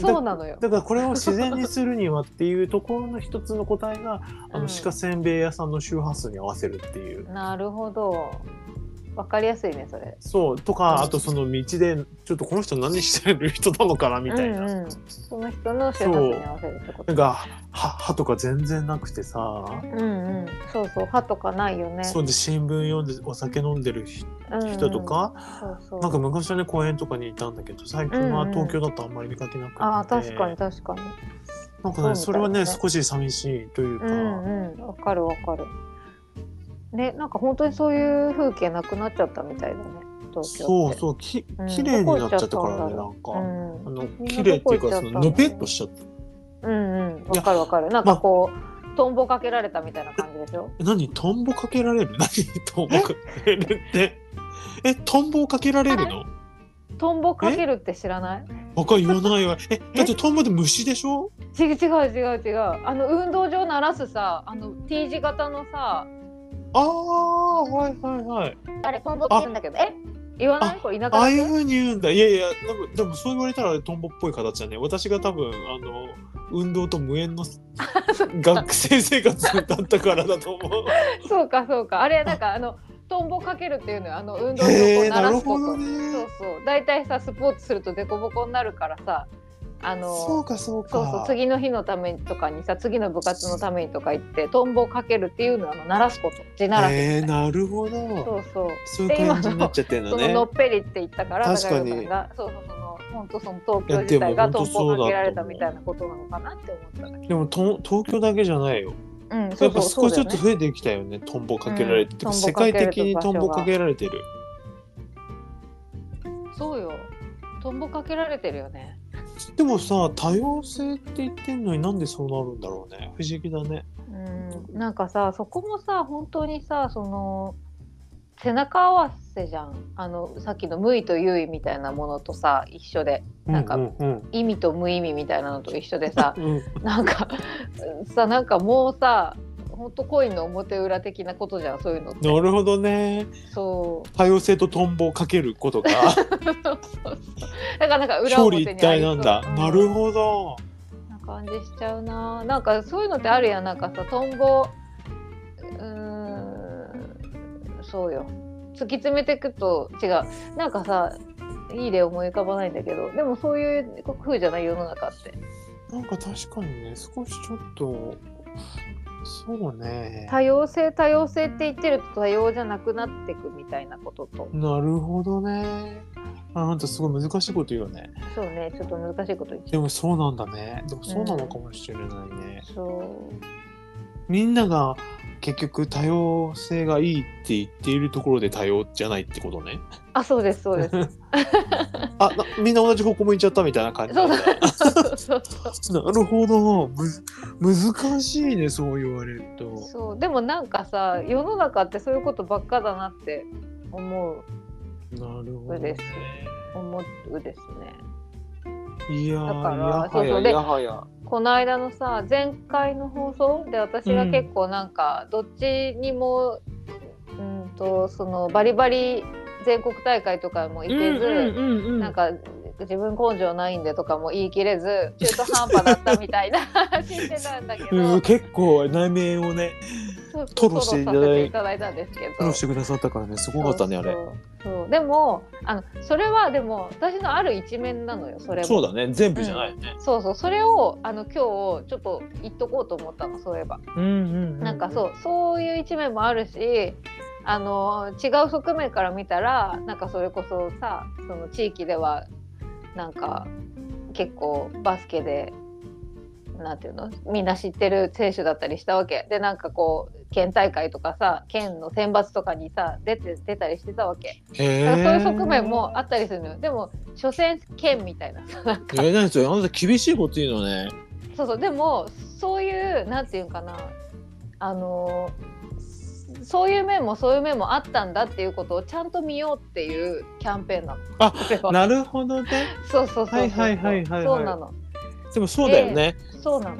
Speaker 2: そうなのよ
Speaker 1: だからこれを自然にするにはっていうところの一つの答え があ
Speaker 2: う
Speaker 1: の
Speaker 2: ん
Speaker 1: 鹿せんべい屋さんの周波数に合わせるっていう。
Speaker 2: なるほどわかりやすいねそれ
Speaker 1: そうと
Speaker 2: うん
Speaker 1: かあとその道でちょっとこの人何してる人なのかなみたいな、
Speaker 2: うんうん、その人の周波数に合わせるってこ
Speaker 1: な
Speaker 2: と
Speaker 1: んか歯歯とか全然なくてさ
Speaker 2: うんうんそうそう歯とかないよね
Speaker 1: そうで新聞読んでお酒飲んでる人
Speaker 2: うんうん
Speaker 1: 人とか、
Speaker 2: そうそう
Speaker 1: なんか昔はね公園とかにいたんだけど最近
Speaker 2: う
Speaker 1: は
Speaker 2: んうん
Speaker 1: 東京だとあんまり見かけなくて、
Speaker 2: あー確かに確かに
Speaker 1: なんかねそ
Speaker 2: そ
Speaker 1: うれ
Speaker 2: み
Speaker 1: は
Speaker 2: た
Speaker 1: い
Speaker 2: だね
Speaker 1: ね少し寂しいというか、
Speaker 2: うんうんわかるわかるねなんか本当にそういう風景なくなっちゃったみたいだね東京
Speaker 1: そ
Speaker 2: っ
Speaker 1: う
Speaker 2: て
Speaker 1: そうき
Speaker 2: うん
Speaker 1: 綺麗になっちゃったからね
Speaker 2: ど
Speaker 1: な
Speaker 2: こ
Speaker 1: んか、
Speaker 2: うん
Speaker 1: あの
Speaker 2: みんな
Speaker 1: 綺麗っていうか
Speaker 2: どこ行っちゃ
Speaker 1: そ
Speaker 2: ったの
Speaker 1: ののぺっとしちゃった
Speaker 2: うんうんわかるわかるなんかこう、トンボかけられたみたいな感じでしょ
Speaker 1: え何トンボかけられる何 トンボかけられるって えトンボをかけられるの
Speaker 2: トンボかけるって知らない
Speaker 1: 他言わない わえだってトンボって虫でしょ
Speaker 2: 違う違う違う違うあの運動場鳴らすさあの T 字型のさ
Speaker 1: ああはいはいはい
Speaker 2: あれトンボって言うんだけどえ言わないこれ田
Speaker 1: あ
Speaker 2: 舎
Speaker 1: あ
Speaker 2: で
Speaker 1: いうふうに言うんだ。いやいや、でもでもそう言われたらトンボっぽい形だね。私が多分、あの、運動と無 縁の学生生活だったからだと思 う。
Speaker 2: そうかそうかあれなんかあのトンボかけるっていうのよあの運動
Speaker 1: へ
Speaker 2: 場をこう
Speaker 1: え、
Speaker 2: 鳴
Speaker 1: な
Speaker 2: ら
Speaker 1: る
Speaker 2: すこ
Speaker 1: ほ
Speaker 2: と
Speaker 1: どね。
Speaker 2: そうそう大体さスポーツするとデコボコになるからさあの
Speaker 1: そうかそうか。
Speaker 2: そうそう次の日のためとかにさ次の部活のためにとか言ってトンボをかけるっていうのはあの鳴らすこと地鳴らす
Speaker 1: へえ、なるほど。
Speaker 2: そうそう
Speaker 1: そういう感じになっちゃってるん
Speaker 2: そ
Speaker 1: だ
Speaker 2: の
Speaker 1: ね
Speaker 2: の。っぺりって言ったから
Speaker 1: 確かに
Speaker 2: 高井さんがそうそうその本当その東京自体が
Speaker 1: いやで
Speaker 2: ト
Speaker 1: も
Speaker 2: ン
Speaker 1: 本当そう
Speaker 2: ボ
Speaker 1: だ
Speaker 2: をかけられたみたいなことなのかなって思ったんだけ
Speaker 1: でもと東京だけじゃないよ。
Speaker 2: どうんそ
Speaker 1: やっぱ
Speaker 2: うそうそ
Speaker 1: 少
Speaker 2: う
Speaker 1: し
Speaker 2: だ
Speaker 1: ず
Speaker 2: よ
Speaker 1: つ
Speaker 2: ね
Speaker 1: 増えてきたよね、トンボかけられて。
Speaker 2: うん
Speaker 1: 世界的に
Speaker 2: ト
Speaker 1: ト
Speaker 2: ン
Speaker 1: ンボ
Speaker 2: ボか
Speaker 1: か
Speaker 2: け
Speaker 1: けられてる。
Speaker 2: そうよトンボかけられてるよね
Speaker 1: でもさ、多様性って言ってんのになんでそうなるんだろうね。不思議だね。
Speaker 2: うんなんかさそこもさ本当にさその背中合わせじゃんあのさっきの無意と有意みたいなものとさ一緒でなんか
Speaker 1: うんうん
Speaker 2: 意味と無意味みたいなのと一緒でさ
Speaker 1: うんうん
Speaker 2: なんかさなんかもうさほんとコインの表裏的なことじゃんそういうのって
Speaker 1: なるほどね。
Speaker 2: そう
Speaker 1: 多様性とトンボをかける ことが
Speaker 2: そうそうそうだからなんか
Speaker 1: 表
Speaker 2: 裏
Speaker 1: 裏
Speaker 2: 表に
Speaker 1: 一体
Speaker 2: あ
Speaker 1: なん
Speaker 2: りそう
Speaker 1: だ。
Speaker 2: うん
Speaker 1: なるほど。
Speaker 2: な感じしちゃうななんかそういうのってあるやんなんかさトンボうーんそうよ突き詰めていくと違うなんかさいい例思い浮かばないんだけどでもそういう風じゃない世の中って
Speaker 1: なんか確かにね、少しちょっと。そうね。
Speaker 2: 多様性多様性って言ってると多様じゃなくなっていくみたいなことと
Speaker 1: なるほどね。あなんたすごい難しいこと言うよね。
Speaker 2: そうねちょっと難しいこと言っち
Speaker 1: で
Speaker 2: ゃう
Speaker 1: もそうなんだね。でもそうなのかもしれないね。
Speaker 2: そう
Speaker 1: みんなが結局多様性がいいって言っているところで多様じゃないってことね。
Speaker 2: あそうですそうです
Speaker 1: あなみんな同じ方向向いちゃったみたいな感じなんだ
Speaker 2: そうそう
Speaker 1: なるほどむ難しいねそう言われると。
Speaker 2: そうでもなんかさ世の中ってそういうことばっかだなって思う
Speaker 1: なるほ
Speaker 2: そ
Speaker 1: ど、
Speaker 2: うで
Speaker 1: ね
Speaker 2: す。思うですね。
Speaker 1: いやー
Speaker 2: だから
Speaker 1: や
Speaker 2: そ
Speaker 1: は
Speaker 2: うそ
Speaker 1: や
Speaker 2: うで
Speaker 1: やはや。
Speaker 2: この間のさ前回の放送で私が結構なんかどっちにも、うん、とそのバリバリ全国大会とかも行けず、
Speaker 1: うんうん
Speaker 2: なんか自分根性ないんでとかも言い切れず中途半端だったみたいな話してたんだけど、
Speaker 1: うん、結構内面をね
Speaker 2: そう
Speaker 1: 吐露していただい
Speaker 2: 吐露させていただいたんですけど
Speaker 1: 苦労してくださったからねすごかったねあれ
Speaker 2: そうそうそうでもあのそれはでも私のある一面なのよそれも
Speaker 1: そうだね全部じゃないよね、
Speaker 2: そうそうそれをあの今日ちょっと言っとこうと思ったのそういえば、
Speaker 1: うんうん
Speaker 2: なんかそうそういう一面もあるしあの違う側面から見たらなんかそれこそさその地域ではなんか結構バスケでなんていうのみんな知ってる選手だったりしたわけでなんかこう県大会とかさ県の選抜とかにさ出て出たりしてたわけ
Speaker 1: へ
Speaker 2: だか
Speaker 1: ー
Speaker 2: らそういう側面もあったりするのよでも所詮県みたいな さなんか
Speaker 1: えー、何それあなた厳しいこと言うのね
Speaker 2: そうそうでもそういうなんていうんかなあのーそういう面もそういう面もあったんだっていうことをちゃんと見ようっていうキャンペーンなの。
Speaker 1: あ
Speaker 2: それは
Speaker 1: なるほどね
Speaker 2: そうそうそうそう。
Speaker 1: はいはいはいはいはい
Speaker 2: そうなの。
Speaker 1: でもそうだよね、
Speaker 2: そうなの。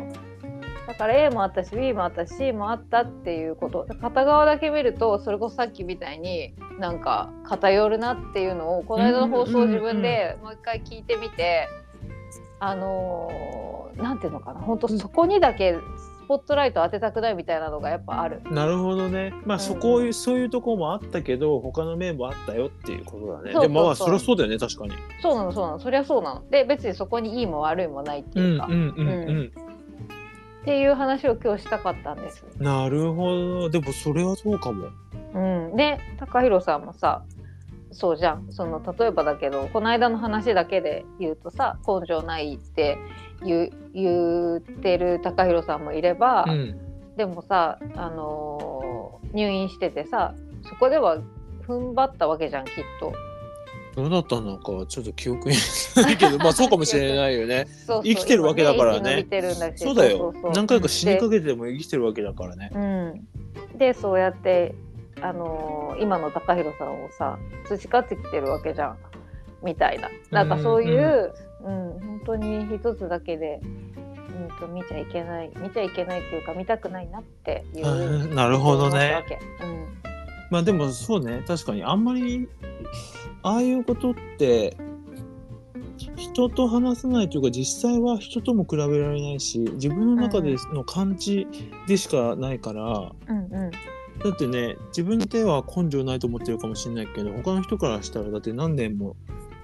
Speaker 2: だから A もあったし B もあったし C もあったっていうこと片側だけ見るとそれこそさっきみたいになんか偏るなっていうのをこの間の放送を自分でもう一回聞いてみて、あのーなんていうのかな本当そこにだけスポットライト当てたくないみたいなのがやっぱある。
Speaker 1: なるほどねまあ
Speaker 2: うん
Speaker 1: そこ、うそういうとこもあったけど他の面もあったよっていうことだね
Speaker 2: そうそうそう
Speaker 1: でもまあそりゃそうだよね確かに
Speaker 2: そうなのそうなのそりゃそうなの。で別にそこにいいも悪いもないって
Speaker 1: う
Speaker 2: いうんか、
Speaker 1: うんうんう、
Speaker 2: うんっていう話を今日したかったんです。
Speaker 1: なるほどでもそれはそうかも
Speaker 2: うん、で TAKAHIRO さんもさそうじゃんその例えばだけどこの間の話だけで言うとさ根性ないって言う言ってる TAKAHIRO さんもいれば、
Speaker 1: うん
Speaker 2: でもさ、あのー入院しててさそこでは踏ん張ったわけじゃんきっと。
Speaker 1: どうだったのかはちょっと記憶にないけどまあそうかもしれないよね
Speaker 2: そうそう
Speaker 1: 生きてるわけだからね
Speaker 2: 今生きてるんだし
Speaker 1: そうだよ
Speaker 2: そうそう
Speaker 1: 何回か死にかけても生きてるわけだからね
Speaker 2: うん、でそうやって、あのー今の TAKAHIRO さんをさ培ってきてるわけじゃんみたいななんかそういう、うん本当に一つだけで、うん、と見ちゃいけない見ちゃいけないっていうか見たくないなっていう。
Speaker 1: うんなるほどね
Speaker 2: 思ったわけうん
Speaker 1: まあでもそうね確かにあんまりああいうことって人と話さないというか実際は人とも比べられないし自分の中での感じでしかないから、
Speaker 2: うんうん
Speaker 1: だってね自分では根性ないと思ってるかもしれないけど他の人からしたらだって何年も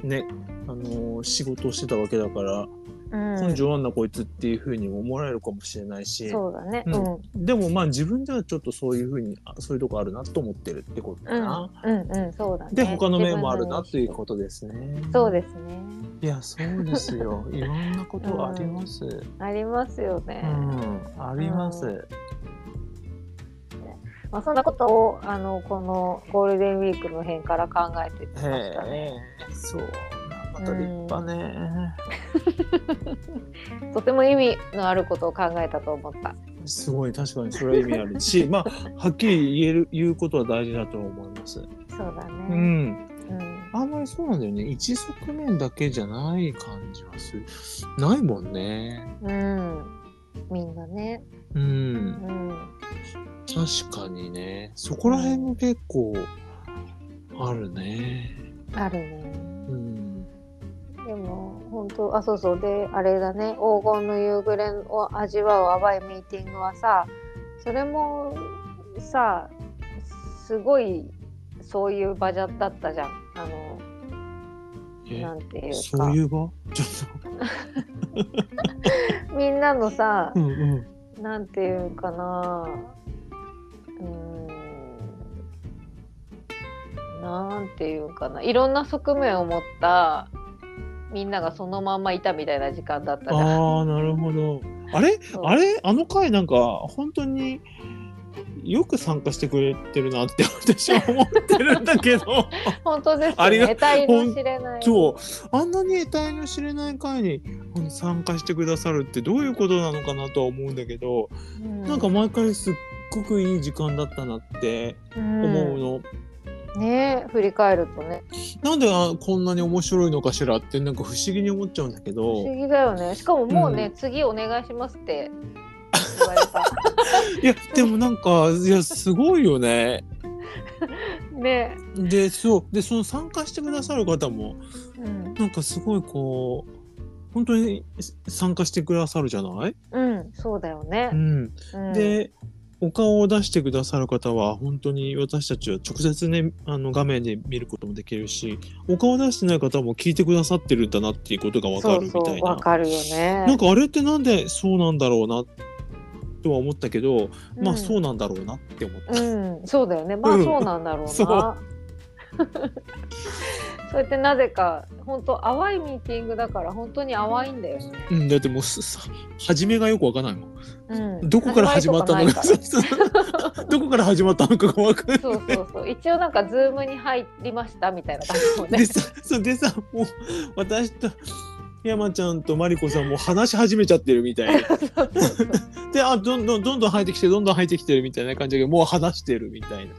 Speaker 1: ね、あのー仕事をしてたわけだから、
Speaker 2: うん
Speaker 1: 根性あんなこいつっていうふうに思われるかもしれないし
Speaker 2: そうだね、
Speaker 1: う
Speaker 2: うんんうん
Speaker 1: でもまあ自分ではちょっとそういうふうにあそういうとこあるなと思ってるってことだな。
Speaker 2: うんうんそうだね
Speaker 1: で、他の面もあるなということですね。
Speaker 2: そうですね
Speaker 1: いや、そうですよ。いろんなことあります。
Speaker 2: ありますよね、
Speaker 1: うん、あります。
Speaker 2: まあ、そんなことをあのこのゴールデンウィークの辺から考えてきま
Speaker 1: へ
Speaker 2: したね。
Speaker 1: え、そう。また立派ね。
Speaker 2: とても意味のあることを考えたと思った。
Speaker 1: すごい、確かにそれは意味ある し、まあ、はっきり言える、言うことは大事だと思います。
Speaker 2: そうだ
Speaker 1: うん。
Speaker 2: ね。うん。
Speaker 1: あんまりそうなんだよね。一側面だけじゃない感じはする。ないもんね。
Speaker 2: うん。みんなね。
Speaker 1: う。
Speaker 2: うんん。
Speaker 1: 確かにね。そこら辺も結構、あるね。
Speaker 2: あるね。
Speaker 1: うん
Speaker 2: でも本当あそうそうであれだね黄金の夕暮れを味わう淡いミーティングはさそれもさすごいそういう場じゃだったじゃんあの
Speaker 1: え
Speaker 2: なんていうか
Speaker 1: そういう場 ちょっ
Speaker 2: みんなのさ
Speaker 1: と、うんうん、
Speaker 2: なんていうんかなうーんなんていうんかないろんな側面を持ったみんながそのまんまいたみたいな時間だったじゃん
Speaker 1: ああなるほどあれ
Speaker 2: そう
Speaker 1: あれあの回なんか本当によく参加してくれてるなって私は思ってるんだけ ど
Speaker 2: 本当です
Speaker 1: あり
Speaker 2: ね
Speaker 1: が
Speaker 2: 得体の知れない
Speaker 1: そうあんなに得体の知れない会にあの参加してくださるってどういうことなのかなとは思うんだけど、
Speaker 2: うん
Speaker 1: なんか毎回すっごくいい時間だったなって思うの、
Speaker 2: うんね振り返るとね
Speaker 1: なんであこんなに面白いのかしらってなんか不思議に思っちゃうんだけ
Speaker 2: 不
Speaker 1: ど
Speaker 2: 思議だよねしかももうね、
Speaker 1: う
Speaker 2: 次お願いしま すって言われた
Speaker 1: いやでもなんかいやすごいよね。
Speaker 2: ね、
Speaker 1: でそうでその参加してくださる方も
Speaker 2: うん、
Speaker 1: なんかすごいこう本当に参加してくださるじゃない、
Speaker 2: うん、そうだよね
Speaker 1: う、ん、
Speaker 2: うん、
Speaker 1: でお顔を出してくださる方は本当に私たちは直接ねあの画面で見ることもできるしお顔を出してない方も聞いてくださってるんだなっていうことがわかるみたいな。
Speaker 2: そうそうわかるよね
Speaker 1: なんかあれってなんでそうなんだろうなとは思ったけど、まあそううなんだろうなって思った。
Speaker 2: ん、うん、そうだよねまあ
Speaker 1: うん
Speaker 2: そうなんだろうな、
Speaker 1: そ
Speaker 2: そううやってなぜか本当淡いミーティングだから本当に淡いんだよね、
Speaker 1: うん、だってもうすさ始めがよくわからないもん。
Speaker 2: うん、
Speaker 1: どこから始まったの
Speaker 2: 始
Speaker 1: か、
Speaker 2: まり とかないか
Speaker 1: どこから始まったのかがわからる。
Speaker 2: そうそうそう一応なんかズームに入りましたみたいな感じも
Speaker 1: で
Speaker 2: ね
Speaker 1: さ、 そうでさ、もう私と山ちゃんとマリコさんも話し始めちゃってるみた いな。で、あ、どんどんどんどん入ってきて、どんどん入ってきてるみたいな感じで、もう話してるみたいな。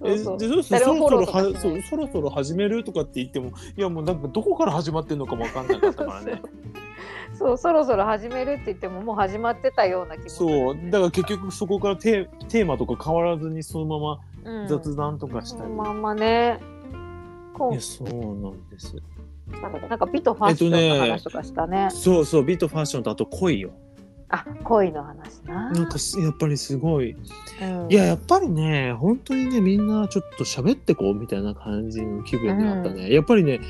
Speaker 2: そうそう
Speaker 1: えでどうする
Speaker 2: 誰
Speaker 1: そ
Speaker 2: もフォロ
Speaker 1: ろ
Speaker 2: ー
Speaker 1: そろ
Speaker 2: とか
Speaker 1: は
Speaker 2: し
Speaker 1: そ
Speaker 2: な
Speaker 1: う
Speaker 2: い
Speaker 1: そろそろ始めるとかって言ってもいやもうなんかどこから始まってんのかもわかんなかったから ね
Speaker 2: そうそろそろ始めるって言ってももう始まってたような気もする
Speaker 1: そうだから結局そこからテーテーマとか変わらずにそのま
Speaker 2: う
Speaker 1: ま
Speaker 2: ん
Speaker 1: 雑談とかした
Speaker 2: そ
Speaker 1: り、
Speaker 2: のまんまね
Speaker 1: い
Speaker 2: 今
Speaker 1: やそうなんです
Speaker 2: 回なんか美とファッションの話とかしたね,、
Speaker 1: そうそう美とファッションとあと恋よ
Speaker 2: あ恋の話な
Speaker 1: なんかすやっぱりすごい
Speaker 2: うん
Speaker 1: いややっぱりね本当にねみんなちょっと喋ってこうみたいな感じの気分になったね、やっぱりね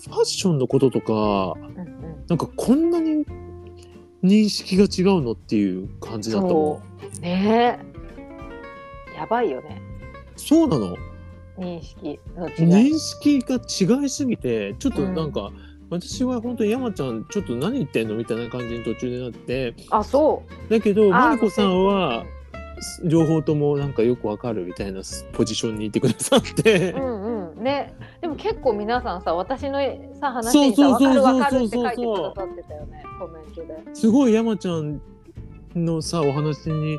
Speaker 1: ファッションのこととか
Speaker 2: うんうん
Speaker 1: なんかこんなに認識が違うのっていう感じだったもん。
Speaker 2: ねえやばいよね
Speaker 1: そうなの。
Speaker 2: 認識の違い、
Speaker 1: 認識が違いすぎて、ちょっとなんか、私は本当に山ちゃんちょっと何言ってんのみたいな感じに途中でなって、
Speaker 2: あそう
Speaker 1: だけど
Speaker 2: あ
Speaker 1: マリコさんは両方ともなんかよくわかるみたいなポジションにいてくださって
Speaker 2: う、んうんねでも結構皆さんさ私のさ話
Speaker 1: そう
Speaker 2: にさ
Speaker 1: そう
Speaker 2: 分
Speaker 1: そう
Speaker 2: か
Speaker 1: そう
Speaker 2: る分かるって書いてく
Speaker 1: そう
Speaker 2: ださってたよねコメントです
Speaker 1: ごい山ちゃんのさお話に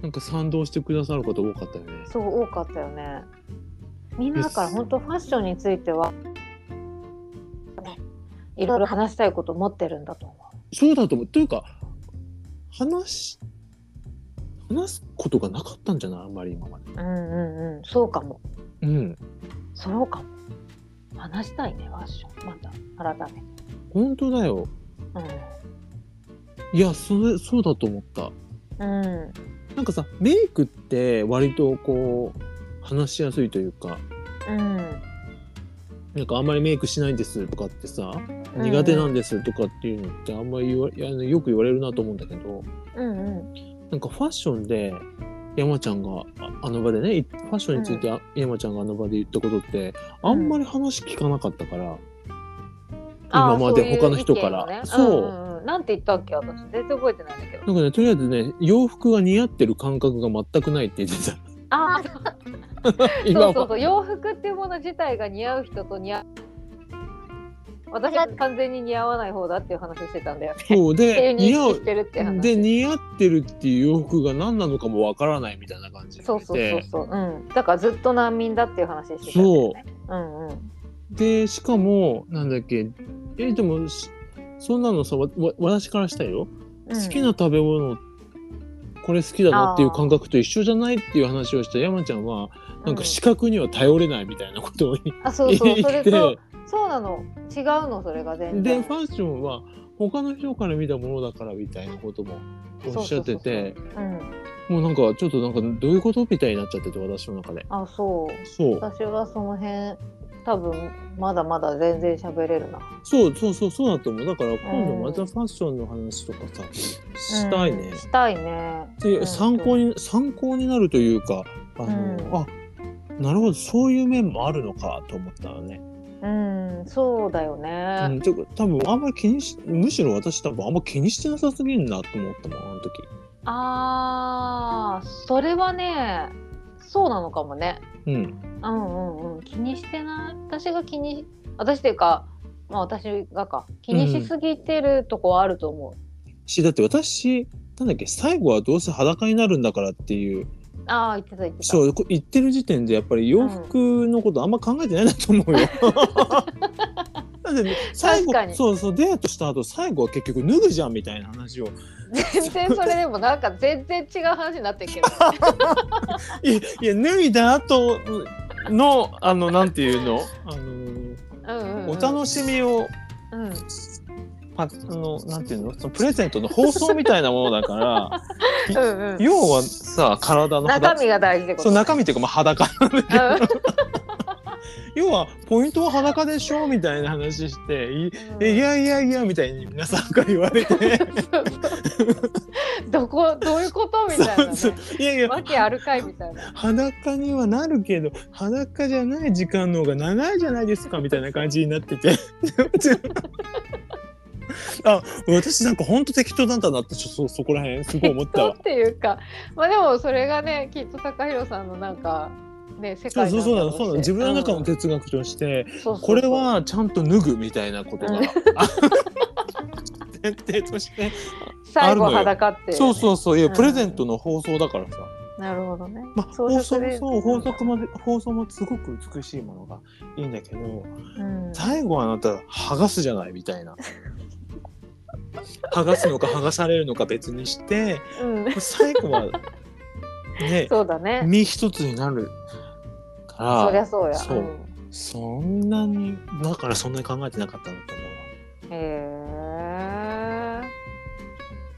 Speaker 1: なんか賛同してくださる方多かったよね。
Speaker 2: そう多かったよねみんなだから
Speaker 1: です
Speaker 2: 本当ファッションについては、いろいろ話したいこと持ってるんだと思
Speaker 1: そうだと思う。というか、話し、話すことがなかったんじゃないあんまり今まで。
Speaker 2: ううんうんうんそうかも
Speaker 1: うん。
Speaker 2: そうかも話したいねファッションまた改めて
Speaker 1: 本当だよ。いや、それ、そうだと思った。
Speaker 2: うん、うん、
Speaker 1: なんかさ、メイクって割とこう、話しやすいというか、
Speaker 2: うん
Speaker 1: なんかあんまりメイクしないんですとかってさ、
Speaker 2: うん
Speaker 1: 苦手なんですとかっていうのってあんまり言わあのよく言われるなと思うんだけど、
Speaker 2: うんうん
Speaker 1: なんかファッションで山ちゃんがああの場でね、いファッションについてあ山ちゃんがあの場で言ったことって、あんまり話聞かなかったから、今まで他の人から
Speaker 2: あ
Speaker 1: そう
Speaker 2: ーそういう意見をねうんうんうんなんて言ったっけ私全然覚えてないんだけど
Speaker 1: なんかね、とりあえずね、洋服が似合ってる感覚が全くないって言 ってた。
Speaker 2: ああ
Speaker 1: 今
Speaker 2: そ
Speaker 1: は
Speaker 2: うそうそう洋服っていうもの自体が似合う人と似合う私は完全に似合わない方だっていう話してたんだよね。っ
Speaker 1: そう
Speaker 2: て
Speaker 1: で、
Speaker 2: いう
Speaker 1: 似
Speaker 2: 認
Speaker 1: 合
Speaker 2: 識してるって
Speaker 1: う。
Speaker 2: 話。
Speaker 1: で、似合ってるっていう洋服が何なのかもわからないみたいな感じで。
Speaker 2: そうそうそうそう。うん。だからずっと難民だっていう話してたんだよね。うんうん。
Speaker 1: で、しかも、なんだっけ、え、でも、しそんなのさ、わわ私からしたよ、
Speaker 2: うん
Speaker 1: 好きな食べ物、これ好きだなっていう感覚と一緒じゃないっていう話をした山ちゃんは、なんか視覚には頼れないみたいなことを言
Speaker 2: うんあそうそう。そ
Speaker 1: っ
Speaker 2: れ
Speaker 1: て。
Speaker 2: とそうなの。違うのそれが全
Speaker 1: で
Speaker 2: 然。
Speaker 1: ファッションは他の人から見たものだからみたいなこともおっしゃってて
Speaker 2: そうそうそう。うん。
Speaker 1: もうなんかちょっとなんかどういうことみたいになっちゃってて私の中で
Speaker 2: あそう。
Speaker 1: そう
Speaker 2: 私はその辺多分まだまだ全然喋れるな。
Speaker 1: そうそうそうそうだと思うだから今度またファッションの話とかさしたいね
Speaker 2: うん、したいね。
Speaker 1: で
Speaker 2: うん
Speaker 1: 参考に参考になるというかあの、
Speaker 2: うん
Speaker 1: あなるほどそういう面もあるのかと思ったのね、
Speaker 2: うん、そうだよね。
Speaker 1: うん、てか多分あんまり気にしむしろ私多分あんま気にしてなさすぎるなと思ったもんあの時
Speaker 2: あーそれはねそうなのかもね
Speaker 1: うん
Speaker 2: うんうんうん気にしてない私が気に私っていうかまあ私がか気にしすぎてるとこはあると思う、
Speaker 1: しだって私なんだっけ最後はどうせ裸になるんだからっていう
Speaker 2: ああ言ってた言ってた
Speaker 1: そうこ言ってる時点でやっぱり洋服のことあんま考えてないなと思うよ。 だってね最後
Speaker 2: 確かに
Speaker 1: そうそうデートした後最後は結局脱ぐじゃんみたいな話を
Speaker 2: 全然それでもなんか全然違う話になってるけど
Speaker 1: いやいや脱いだ後のあのなんていうのあの
Speaker 2: うんうん、うん、
Speaker 1: お楽しみを
Speaker 2: うん
Speaker 1: パあのなんていうのそのプレゼントの放送みたいなものだ から
Speaker 2: うんうん
Speaker 1: 要はさ体の
Speaker 2: 中
Speaker 1: 裸
Speaker 2: 身が大事ってこと
Speaker 1: そう中身っていうかまあ裸
Speaker 2: うん
Speaker 1: 要はポイントは裸でしょみたいな話してい えいやいやいやみたいに皆さんから言われて
Speaker 2: どこどういうことみたいな、ね、
Speaker 1: そうい やいや
Speaker 2: わけあるかいみたいな
Speaker 1: 裸にはなるけど裸じゃない時間の方が長いじゃないですかみたいな感じになってて あ私なんかほんと適当なんだなってちょそ そこら辺すごい思った
Speaker 2: 人
Speaker 1: わ
Speaker 2: っ。ていうかまあでもそれがねきっと高弘さんのなんかね世
Speaker 1: そう
Speaker 2: 界
Speaker 1: そうそうな
Speaker 2: な
Speaker 1: の
Speaker 2: んだ
Speaker 1: そ
Speaker 2: ろし
Speaker 1: うなの自分の中の
Speaker 2: うん
Speaker 1: 哲学として、
Speaker 2: そうそうそう
Speaker 1: これはちゃんと脱ぐみたいなことが
Speaker 2: うん
Speaker 1: 徹底として
Speaker 2: 最後裸っていうね
Speaker 1: そうそうそういや
Speaker 2: うん
Speaker 1: プレゼントの放送だからさ、
Speaker 2: なるほどね
Speaker 1: まあ、
Speaker 2: 装
Speaker 1: 放
Speaker 2: 飾
Speaker 1: 送も
Speaker 2: で
Speaker 1: そう放送も放送もすごく美しいものがいいんだけど
Speaker 2: うん
Speaker 1: 最後はあなた剥がすじゃないみたいな剥がすのか剥がされるのか別にして
Speaker 2: うん
Speaker 1: 最後はね
Speaker 2: そうだね
Speaker 1: 身一つになる
Speaker 2: そ
Speaker 1: か
Speaker 2: り
Speaker 1: ら
Speaker 2: ゃそうや
Speaker 1: そうんそんなにだからそんなに考えてなかったんだと思うわ
Speaker 2: へ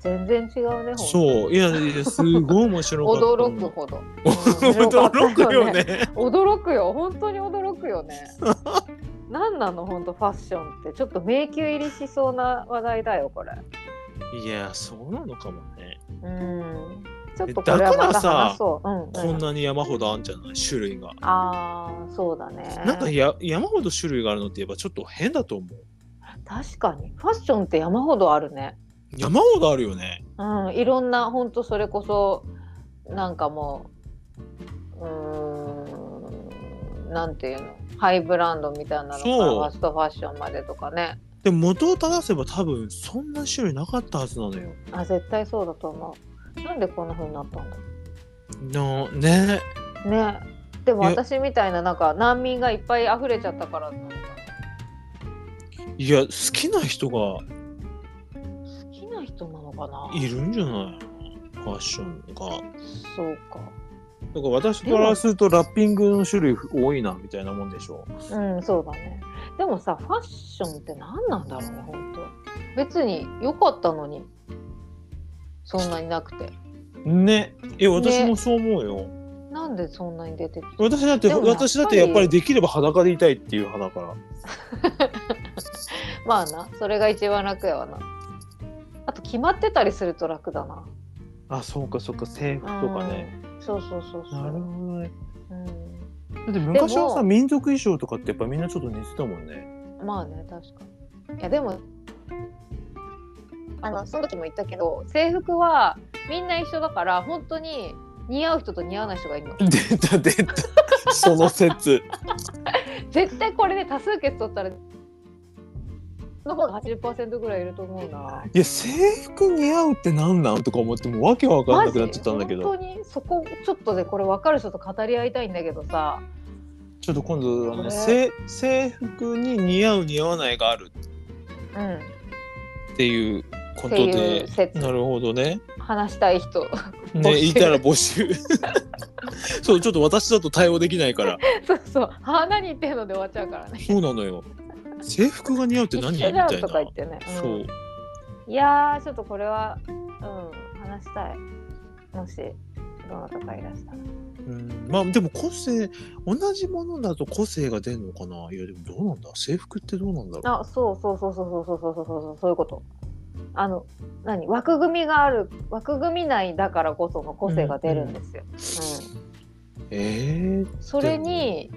Speaker 2: え全然違うねほんと
Speaker 1: そういやいやすごい面白かった
Speaker 2: 驚くほどうん面白かった
Speaker 1: 驚くよね
Speaker 2: 驚くよ本当に驚く よね何なの本当ファッションってちょっと迷宮入りしそうな話題だよこれ
Speaker 1: いやそうなのかもね
Speaker 2: うんちょっとこれはまた話そう、うんうん、
Speaker 1: こんなに山ほどあんじゃない種類が
Speaker 2: ああそうだね
Speaker 1: なんかや山ほど種類があるのって言えばちょっと変だと思う。
Speaker 2: 確かにファッションって山ほどあるね
Speaker 1: 山ほどあるよね。
Speaker 2: うんいろんな本当それこそなんかもううーんなんていうのハイブランドみたいなのから
Speaker 1: そう
Speaker 2: ファストファッションまでとかね
Speaker 1: でも元を正せば多分そんな種類なかったはずなのよ。
Speaker 2: あ絶対そうだと思うなんでこんな風になったんだ
Speaker 1: のね
Speaker 2: ねでも
Speaker 1: いや
Speaker 2: 私みたいななんか難民がいっぱい溢れちゃったからなんか
Speaker 1: いや好きな人が
Speaker 2: 好きな人なのかない
Speaker 1: るんじゃないファッションが。
Speaker 2: そうか
Speaker 1: だから私からするとラッピングの種類多いなみたいなもんでしょ
Speaker 2: うんそうだねでもさファッションって何なんだろうね本当別に良かったのにそんなになくて
Speaker 1: う。ね。え私
Speaker 2: ね
Speaker 1: もそう思うよ。
Speaker 2: なんでそんなに出てきた
Speaker 1: 私だって
Speaker 2: でもやっぱり
Speaker 1: 私だってやっぱりできれば裸でいたいっていう派だから。
Speaker 2: まあなそれが一番楽やわなあと決まってたりすると楽だな
Speaker 1: あそうかそうか制服とかね。
Speaker 2: うんそうそうそうそう
Speaker 1: なるほどね。
Speaker 2: うん、
Speaker 1: だって昔は
Speaker 2: で
Speaker 1: さ
Speaker 2: も
Speaker 1: 民族衣装とかってやっぱみんなちょっと似てたもんね。
Speaker 2: まあね確かにいやでもあのその時も言ったけど制服はみんな一緒だから本当に似合う人と似合わない人がいるの
Speaker 1: 出た出た。その説。
Speaker 2: 絶対これで多数決取ったらの方が80%ぐらいいると思うない
Speaker 1: や制服似合うってなんなんとか思ってもうわけわかんなくなっちゃったんだけ
Speaker 2: マジ
Speaker 1: ど。
Speaker 2: 本当にそこちょっとでこれ分かる人と語り合いたいんだけどさ
Speaker 1: ちょっと今度あの、
Speaker 2: ね
Speaker 1: 制制服に似合う似合わないがある
Speaker 2: うん
Speaker 1: っていうこと
Speaker 2: ってい
Speaker 1: で
Speaker 2: う。説
Speaker 1: なるほどね。
Speaker 2: 話したい人 募
Speaker 1: ね
Speaker 2: 集
Speaker 1: いたら募集。 そうちょっと私だと対応できないから。
Speaker 2: そうそう「はあ何言ってんの?」で終わっちゃうからね。
Speaker 1: そうなのよ。制服が似合うって 何み
Speaker 2: 一
Speaker 1: た
Speaker 2: 緒
Speaker 1: い
Speaker 2: じゃ
Speaker 1: な。
Speaker 2: んとか言ってね、うん
Speaker 1: そう。
Speaker 2: いやーちょっとこれはうん話したいもしどなたかいらしたら
Speaker 1: うん、まあでも個性同じものだと個性が出るのかないやでもどうなんだ制服ってどうなんだろ
Speaker 2: あそうそうそうそうそうそうそうそうそうそういうことあの何枠組みがある枠組み内だからこその個性が出るんですよ、うん
Speaker 1: うえ
Speaker 2: それに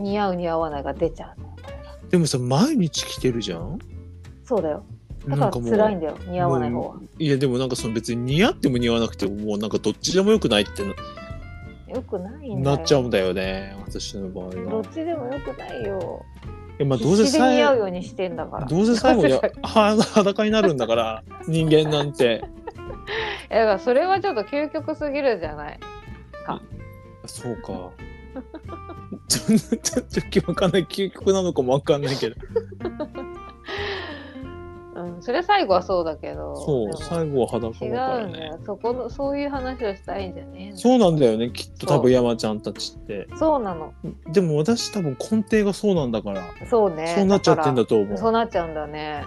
Speaker 2: 似合う似合わないが出ちゃう
Speaker 1: ー、でもさ毎日着てるじゃん
Speaker 2: そうだよだから辛いんだよ似合わない方は。
Speaker 1: いやでもなんかその別に似合っても似合わなくてももうなんかどっちでもよくないってな
Speaker 2: よくないんだ
Speaker 1: な
Speaker 2: よ。
Speaker 1: っちゃうんだよね私の場合
Speaker 2: どっ
Speaker 1: は。
Speaker 2: ちでもよくないよ。
Speaker 1: えまあどうせ
Speaker 2: 必死で似合う
Speaker 1: 最
Speaker 2: ようにしてんだから。
Speaker 1: どうせ最後 や
Speaker 2: だか
Speaker 1: は裸になるんだから人間なんて
Speaker 2: らそれはちょっと究極すぎるじゃない。
Speaker 1: そうか。ちょちょちょっとわかんない究極なのかもわかんないけど
Speaker 2: うん、それ最後はそうだけど。
Speaker 1: そう
Speaker 2: でも
Speaker 1: 最後は裸
Speaker 2: 違
Speaker 1: だから
Speaker 2: うんだ
Speaker 1: ね
Speaker 2: よ。そこのそういう話をしたいんじゃねえの
Speaker 1: そうなんだよねきっと多分山ちゃんたちって
Speaker 2: そうなの。
Speaker 1: でも私多分根底がそうなんだから、
Speaker 2: そうね。
Speaker 1: そうなっちゃってんだと
Speaker 2: だから
Speaker 1: 思
Speaker 2: そうなっちゃうんだね。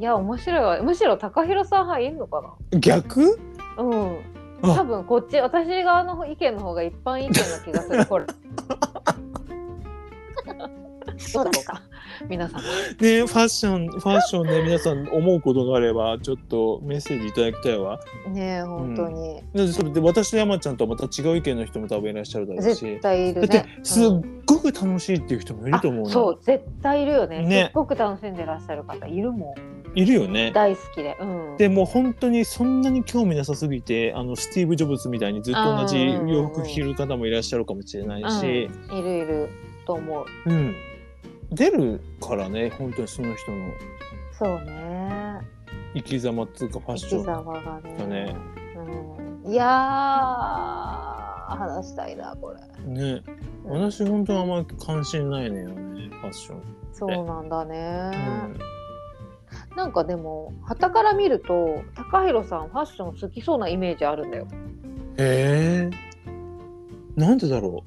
Speaker 2: いや面白いわ。むしろ高弘さん入んのか
Speaker 1: う逆
Speaker 2: な。うん。
Speaker 1: あ
Speaker 2: 多分こっち私側の意見の方が一般意見な気がする。これ。 そうだろうか。皆さん。
Speaker 1: ねファッションファッションで皆さん思うことがあればちょっとメッセージいただきたいわ
Speaker 2: ねえ本当に、
Speaker 1: だってそれで私と山ちゃんとはまた違う意見の人も多分いらっしゃるだろう
Speaker 2: 絶
Speaker 1: し
Speaker 2: 対いる
Speaker 1: だって
Speaker 2: ね。
Speaker 1: すっごく楽しいっていう人もいると思う
Speaker 2: あ
Speaker 1: の
Speaker 2: そう絶対いるよね
Speaker 1: ね
Speaker 2: すっごく楽しんでらっしゃる方いるもん。
Speaker 1: いるよね
Speaker 2: 大好きで。うん。
Speaker 1: でもう本当にそんなに興味なさすぎてあのスティーブ・ジョブズみたいにずっと同じ洋服着る方もいらっしゃるかもしれないし、
Speaker 2: うん、いるいると思う。
Speaker 1: うん、出るからね本当にその人の
Speaker 2: そうね。
Speaker 1: 生き様っていうかファッ
Speaker 2: 生
Speaker 1: ショ
Speaker 2: き
Speaker 1: ン
Speaker 2: 様がね。
Speaker 1: だね
Speaker 2: うん、いやー話したいなこれ。
Speaker 1: ね
Speaker 2: うん
Speaker 1: 私本当にあんまり関心ないのよねファッション、
Speaker 2: そうなんだね。
Speaker 1: うん
Speaker 2: なんかでも傍から見ると高弘さんファッション好きそうなイメージあるんだよ。
Speaker 1: へえなんでだろ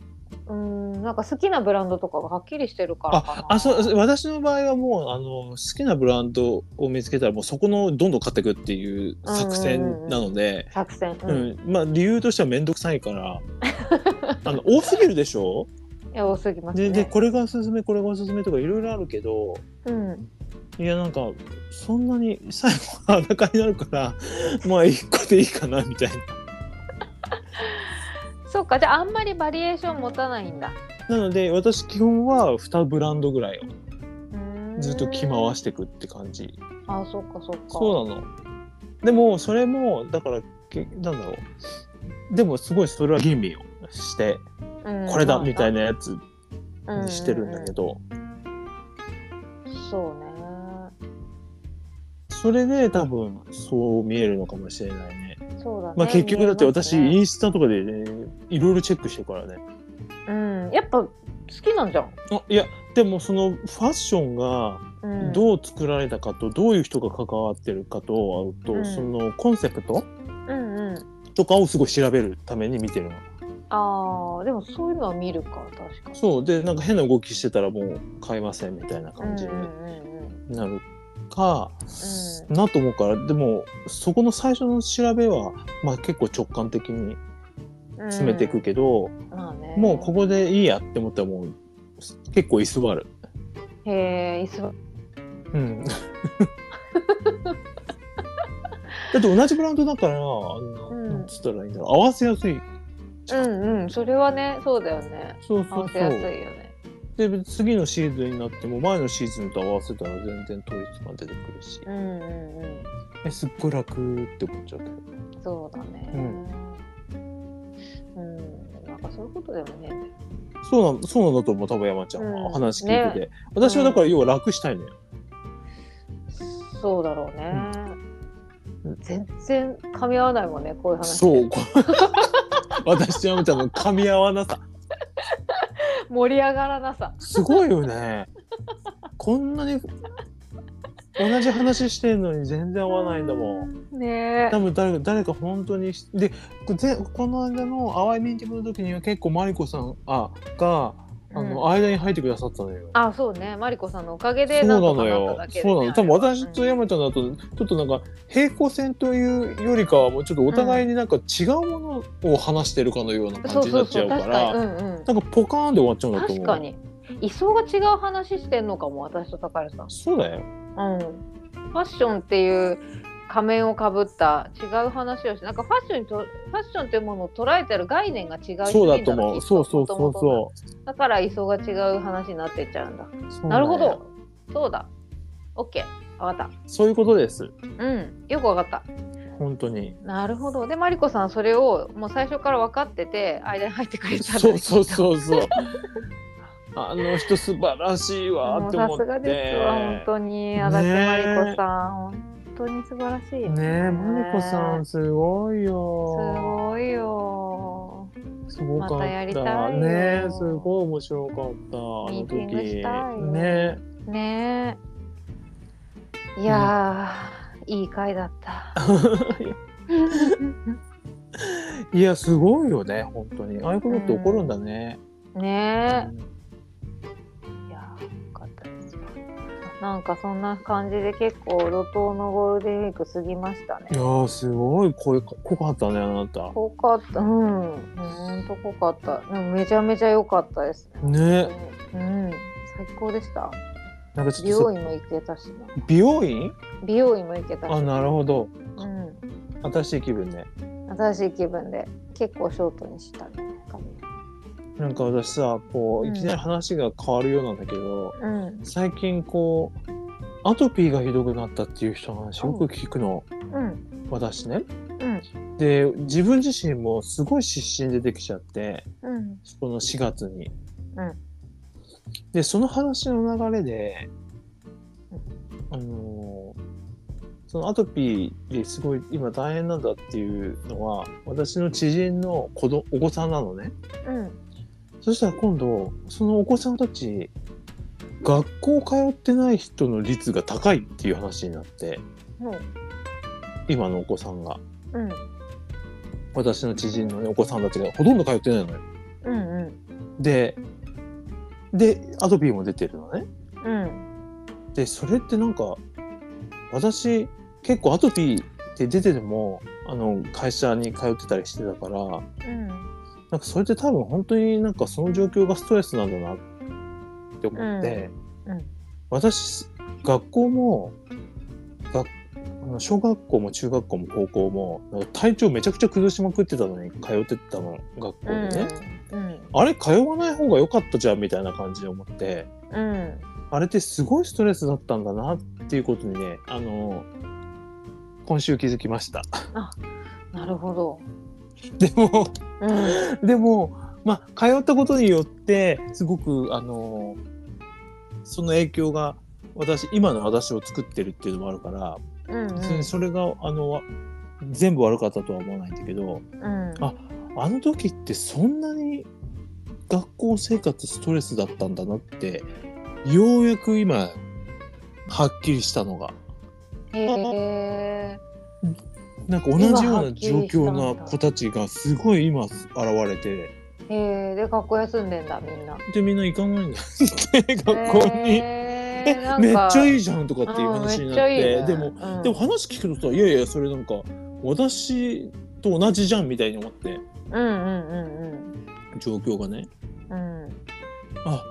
Speaker 1: う
Speaker 2: うんなんか好きなブランドとかがはっきりしてるからかな
Speaker 1: あ。あそうそう私の場合はもうあの好きなブランドを見つけたらもうそこのどんどん買っていくっていう作戦なので、
Speaker 2: 作戦。
Speaker 1: うんまあ理由としては面倒くさいから あの多すぎるでしょ
Speaker 2: いや多すぎますね。
Speaker 1: ででこれがおすすめこれがおすすめとかいろいろあるけど
Speaker 2: うん、
Speaker 1: いやなんかそんなに最後は裸になるから まあ一個でいいかなみたいな。
Speaker 2: そうかじゃああんまりバリエーション持たないんだ
Speaker 1: なので私基本は2ブランドぐらいをずっと着回してていくって感じ
Speaker 2: あそうかそうか
Speaker 1: そうなのでもそれもだからけなんだろうでもすごいそれは吟味をして
Speaker 2: うん
Speaker 1: これだ
Speaker 2: まあ
Speaker 1: みたいなやつ
Speaker 2: うん
Speaker 1: にしてるんだけど
Speaker 2: うんうんそう
Speaker 1: それで多分そう見えるのかもしれないね
Speaker 2: ねそうだね
Speaker 1: まあ結局だって私
Speaker 2: 見え
Speaker 1: イ
Speaker 2: ますね
Speaker 1: ンスタとかでねいろいろチェックしてるからね
Speaker 2: うんやっぱ好きなんじゃん、
Speaker 1: あいやでもそのファッションが
Speaker 2: うん、う
Speaker 1: どう作られたかとどういう人が関わってるかとあと、
Speaker 2: うん
Speaker 1: そのコンセプト
Speaker 2: うんうん
Speaker 1: とかをすごい調べるために見てるの。
Speaker 2: あーでもそういうのは見るか確かに
Speaker 1: そうでなんか変な動きしてたらもう買いませんみたいな
Speaker 2: うん
Speaker 1: 感じ
Speaker 2: う
Speaker 1: に
Speaker 2: んうんうん
Speaker 1: なるか、
Speaker 2: う
Speaker 1: なと思うからでもそこの最初の調べは、まあ、結構直感的に詰めていくけど、
Speaker 2: うんまあね、
Speaker 1: もうここでいいやって思ったらもう結構居座る。
Speaker 2: へえ椅子
Speaker 1: うん、 だって同じブランドだからあの、
Speaker 2: うん
Speaker 1: なんつったらいいんだろう合わせやすい。
Speaker 2: うんうんそれはねそうだよね
Speaker 1: そう
Speaker 2: 合
Speaker 1: そ
Speaker 2: わ
Speaker 1: う
Speaker 2: せ
Speaker 1: そ。
Speaker 2: やすいうよね
Speaker 1: で次のシーズンになっても前のシーズンと合わせたら全然統一感出てくるし、
Speaker 2: うんうんうん
Speaker 1: えすっごい楽って思っちゃうけど。
Speaker 2: そうだね。
Speaker 1: う
Speaker 2: うん。なんかそういうことでもね。
Speaker 1: そうなんそうなんだと思う多分山ちゃん
Speaker 2: う
Speaker 1: は
Speaker 2: ん
Speaker 1: 話聞いてて、私はだから要は楽したいのよ。
Speaker 2: そうだろうね。
Speaker 1: うん
Speaker 2: 全然噛み合わないもんね、こういう話。
Speaker 1: そう こ私と山ちゃんの噛み合わなさ
Speaker 2: 盛り上がらなさ。
Speaker 1: すごいよね。こんなに同じ話してんのに全然合わないんだもん。
Speaker 2: ね
Speaker 1: 多分誰か誰か本当にしでこぜこの間の淡いミンティブの時には結構マリコさんあがあの、
Speaker 2: うん
Speaker 1: 間に入ってくださったのよ。
Speaker 2: あ、そうね。マリコさんのおかげ
Speaker 1: そ
Speaker 2: で
Speaker 1: う
Speaker 2: な
Speaker 1: なん
Speaker 2: とか
Speaker 1: の
Speaker 2: なった
Speaker 1: よ
Speaker 2: だ。けでね、
Speaker 1: そうなの。多分私と
Speaker 2: あれは
Speaker 1: 山ちゃんだと、ちょっとなんか平行線というよりかは、もうちょっとお互いになんか違うものを話してるかのような
Speaker 2: うん
Speaker 1: 感
Speaker 2: そう
Speaker 1: じに
Speaker 2: そ
Speaker 1: な
Speaker 2: う
Speaker 1: っちゃ
Speaker 2: そうう、
Speaker 1: か
Speaker 2: 確かに。う
Speaker 1: ら、
Speaker 2: んうん。
Speaker 1: なんかポカーンで終わっちゃうんだと思う。
Speaker 2: 確か。に。位相が違う話してんのかも、私と高橋さん。
Speaker 1: そうだよ。
Speaker 2: うん、ファッションっていう仮面をかぶった違う話をしなんかファッションにとファッションというものを捉えてる概念が違う
Speaker 1: そうだと思う。そうそうそう
Speaker 2: う
Speaker 1: そ
Speaker 2: だから位相が違う話になってっちゃうんだ
Speaker 1: う。そう
Speaker 2: なるほ
Speaker 1: んだよ
Speaker 2: どそうだ OK わかっ
Speaker 1: そういうことです
Speaker 2: たうんよくわかった
Speaker 1: 本当 に
Speaker 2: なるほどでマリコさんそれをもう最初から分かってて間に入ってくれたんだ
Speaker 1: そうそう
Speaker 2: う
Speaker 1: そうそうあの人素晴らしいわ
Speaker 2: もう
Speaker 1: って
Speaker 2: さ
Speaker 1: 思って
Speaker 2: すがですわ本当に足立マリコさん、本当に素晴らしいね
Speaker 1: ねえマリコさんすごい
Speaker 2: す
Speaker 1: よ
Speaker 2: ごいよ
Speaker 1: すごかっ
Speaker 2: またやりた
Speaker 1: た
Speaker 2: いよ
Speaker 1: ねえすごい面白かったあの
Speaker 2: ミーテ
Speaker 1: 時
Speaker 2: ィングしたいよ
Speaker 1: ね
Speaker 2: ねえいやー、いい回だ った
Speaker 1: えいやすごいよね本当にああいうことって起こるんだね、
Speaker 2: ね
Speaker 1: うん
Speaker 2: えいやーよかったですよなんかそんな感じで結構路頭のゴールデンウィーク過ぎましたね
Speaker 1: いやーすごい声か濃かったねあなた
Speaker 2: 濃かったうんほんと濃かったでもめちゃめちゃ良かったですね
Speaker 1: ね
Speaker 2: うん最高でした
Speaker 1: なんかち
Speaker 2: 美
Speaker 1: ょっと
Speaker 2: 容
Speaker 1: さ
Speaker 2: 院も行けたしね
Speaker 1: 美容院
Speaker 2: 美容院も行けたし
Speaker 1: あなるほど
Speaker 2: うん
Speaker 1: 新しい気分ね
Speaker 2: 新しい気分で結構ショートにしたね髪
Speaker 1: なんか私さこう
Speaker 2: うん
Speaker 1: いきなり話が変わるようなんだけど、
Speaker 2: うん
Speaker 1: 最近こうアトピーがひどくなったっていう人の話よく聞くの、
Speaker 2: うん
Speaker 1: 私ね
Speaker 2: うん
Speaker 1: で自分自身もすごい湿疹出てきちゃって
Speaker 2: うん
Speaker 1: この4月に、
Speaker 2: うん
Speaker 1: でその話の流れで、
Speaker 2: うん
Speaker 1: あのーそのアトピーですごい今大変なんだっていうのは私の知人の子どお子さんなのね
Speaker 2: うん
Speaker 1: そしたら今度そのお子さんたち学校通ってない人の率が高いっていう話になって
Speaker 2: も
Speaker 1: 今のお子さんが
Speaker 2: ううん
Speaker 1: 私の知人の、ね、お子さんたちがほとんど通ってないのよ。
Speaker 2: うんうん
Speaker 1: ででアドビーも出てるのね。
Speaker 2: うん
Speaker 1: でそれってなんか私結構アトピーって出ててもあの会社に通ってたりしてたから
Speaker 2: うん
Speaker 1: なんかそれって多分本当になんかその状況がストレスなんだなって思って、
Speaker 2: うんうん
Speaker 1: 私学校も学あの小学校も中学校も高校もなんか体調めちゃくちゃ崩しまくってたのに通ってたの学校
Speaker 2: う
Speaker 1: に
Speaker 2: ん
Speaker 1: ね、
Speaker 2: うん
Speaker 1: あれ通わない方が良かったじゃんみたいな感じで思って。
Speaker 2: うん
Speaker 1: あれってすごいストレスだったんだなっていうことにね、あの今週気づきました。
Speaker 2: なるほど
Speaker 1: でも、
Speaker 2: うん
Speaker 1: でも、まあ、通ったことによって、すごく、あのその影響が、私、今の私を作ってるっていうのもあるから、
Speaker 2: うん
Speaker 1: 別にそれが、あの、わ全部悪かったとは思わないんだけど、
Speaker 2: うん
Speaker 1: ああの時ってそんなに学校生活ストレスだったんだなって、ようやく今、はっきりしたのが。
Speaker 2: へえ
Speaker 1: なんか同じような状況な子たちがすごい今現れて
Speaker 2: へえで学校休んでんだみんな
Speaker 1: でみんな行かないんだって学校に、
Speaker 2: へ
Speaker 1: え
Speaker 2: ーなんか
Speaker 1: めっちゃいいじゃんとかっていう話
Speaker 2: うん
Speaker 1: に
Speaker 2: め
Speaker 1: な
Speaker 2: っ
Speaker 1: っ
Speaker 2: ち
Speaker 1: て
Speaker 2: ゃいいね
Speaker 1: でも、
Speaker 2: うん
Speaker 1: でも話聞くとさいやいやそれなんか私と同じじゃんみたいに思って
Speaker 2: うんうんうん
Speaker 1: 状況がね
Speaker 2: うんうん
Speaker 1: あ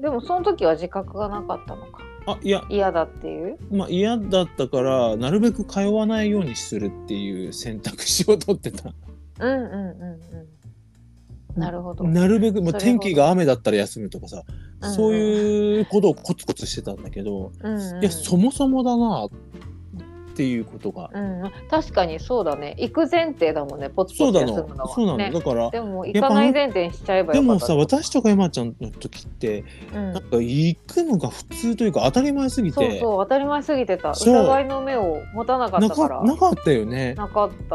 Speaker 2: でもその時は自覚がなかったのか
Speaker 1: あいや
Speaker 2: 嫌だっていう
Speaker 1: まあ嫌だったからなるべく通わないようにするっていう選択肢を取ってた
Speaker 2: うんうんうんうんなるほど
Speaker 1: なるべく、まあ、
Speaker 2: それほ
Speaker 1: 天
Speaker 2: ど
Speaker 1: 気が雨だったら休むとかさ
Speaker 2: うんうん
Speaker 1: そういうことをコツコツしてたんだけど、
Speaker 2: うんうん
Speaker 1: いやそもそもだなっていうことが、
Speaker 2: うん確かにそうだね行く前提だもんねポツ
Speaker 1: そ
Speaker 2: ポ
Speaker 1: う
Speaker 2: ツ
Speaker 1: な
Speaker 2: 休
Speaker 1: の
Speaker 2: むのは
Speaker 1: そうなの、
Speaker 2: ね
Speaker 1: だから
Speaker 2: でも行かない前提にしちゃえば
Speaker 1: で
Speaker 2: よかっ
Speaker 1: も
Speaker 2: た
Speaker 1: さ私とか山ちゃんの時って
Speaker 2: うん
Speaker 1: なんか行くのが普通というか当たり前すぎ
Speaker 2: そう
Speaker 1: て
Speaker 2: そう当たり前すぎてた
Speaker 1: そう
Speaker 2: 疑いの目を持たなかっ
Speaker 1: な
Speaker 2: たから
Speaker 1: かなかったよね
Speaker 2: なかった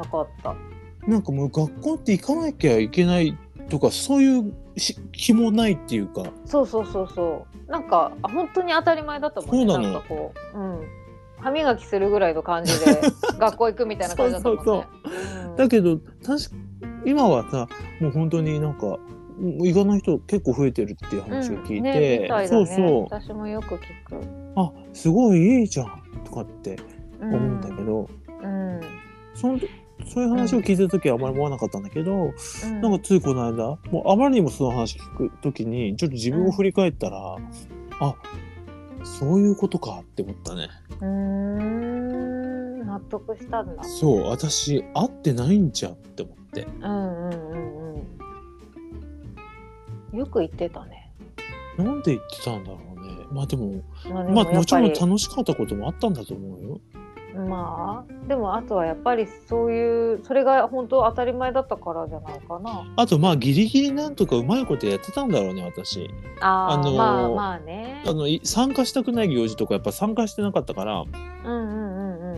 Speaker 2: なかった
Speaker 1: なんかもう学校って行かなきゃいけないとかそういうし気もないっていうか
Speaker 2: そうそうそうそうなんかあ本当に当たり前だったもんね
Speaker 1: そうなの
Speaker 2: んかこう、うん、歯磨きするぐらいの感じ で学校行くみたいな感じだったもんね
Speaker 1: そう
Speaker 2: うん
Speaker 1: だけど確か今はさもう本当になんかうん行かない人結構増えてるっていう話を聞
Speaker 2: う
Speaker 1: い
Speaker 2: ん
Speaker 1: て、
Speaker 2: ねみたいだ
Speaker 1: そ
Speaker 2: ね
Speaker 1: うそう
Speaker 2: 私もよく聞く、
Speaker 1: あすごいいいじゃんとかって
Speaker 2: う
Speaker 1: 思うんだけど、
Speaker 2: うんうん
Speaker 1: そのそういう話を聞いた時はあまり思わなかったんだけど、
Speaker 2: うん
Speaker 1: なんかついこの間もうあまりにもその話聞く時にちょっと自分を振り返ったら、あそういうことかって思ったね
Speaker 2: うーん納得したんだ
Speaker 1: そう私会ってないんじゃんって思って
Speaker 2: うんうんうんうんよく言ってたね
Speaker 1: なんで言ってたんだろうねまあでも
Speaker 2: まあで
Speaker 1: まあ
Speaker 2: や
Speaker 1: も
Speaker 2: っ
Speaker 1: ちろ
Speaker 2: ぱ
Speaker 1: ん
Speaker 2: り
Speaker 1: 楽しかったこともあったんだと思うよ。
Speaker 2: まあでもあとはやっぱりそういうそれが本当当たり前だったからじゃないかな
Speaker 1: あとまあギリギリなんとかうまいことやってたんだろうね私。
Speaker 2: あー、
Speaker 1: あのー
Speaker 2: まあまあね
Speaker 1: あのい参加したくない行事とかやっぱ参加してなかったから
Speaker 2: うんうんうん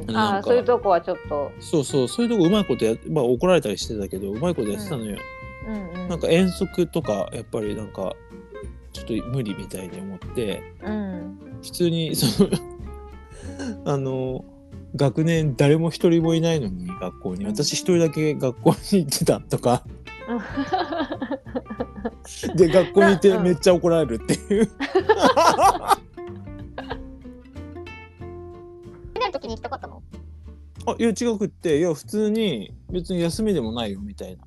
Speaker 2: うん
Speaker 1: な
Speaker 2: あ
Speaker 1: ん
Speaker 2: あ
Speaker 1: か
Speaker 2: そういうとこはちょっと
Speaker 1: そうそうそういうとこうまいことや、まあ、怒られたりしてたけどうまいことやってたのよ。
Speaker 2: うんうん
Speaker 1: なんか遠足とかやっぱりなんかちょっと無理みたいに思って
Speaker 2: うん
Speaker 1: 普通にその あの学年誰も一人もいないのに学校に私一人だけ学校に行ってたとかで学校にいてめっちゃ怒られるっていう
Speaker 2: なる時に行きたかったの
Speaker 1: あいや違くっていや普通に別に休みでもないよみたいな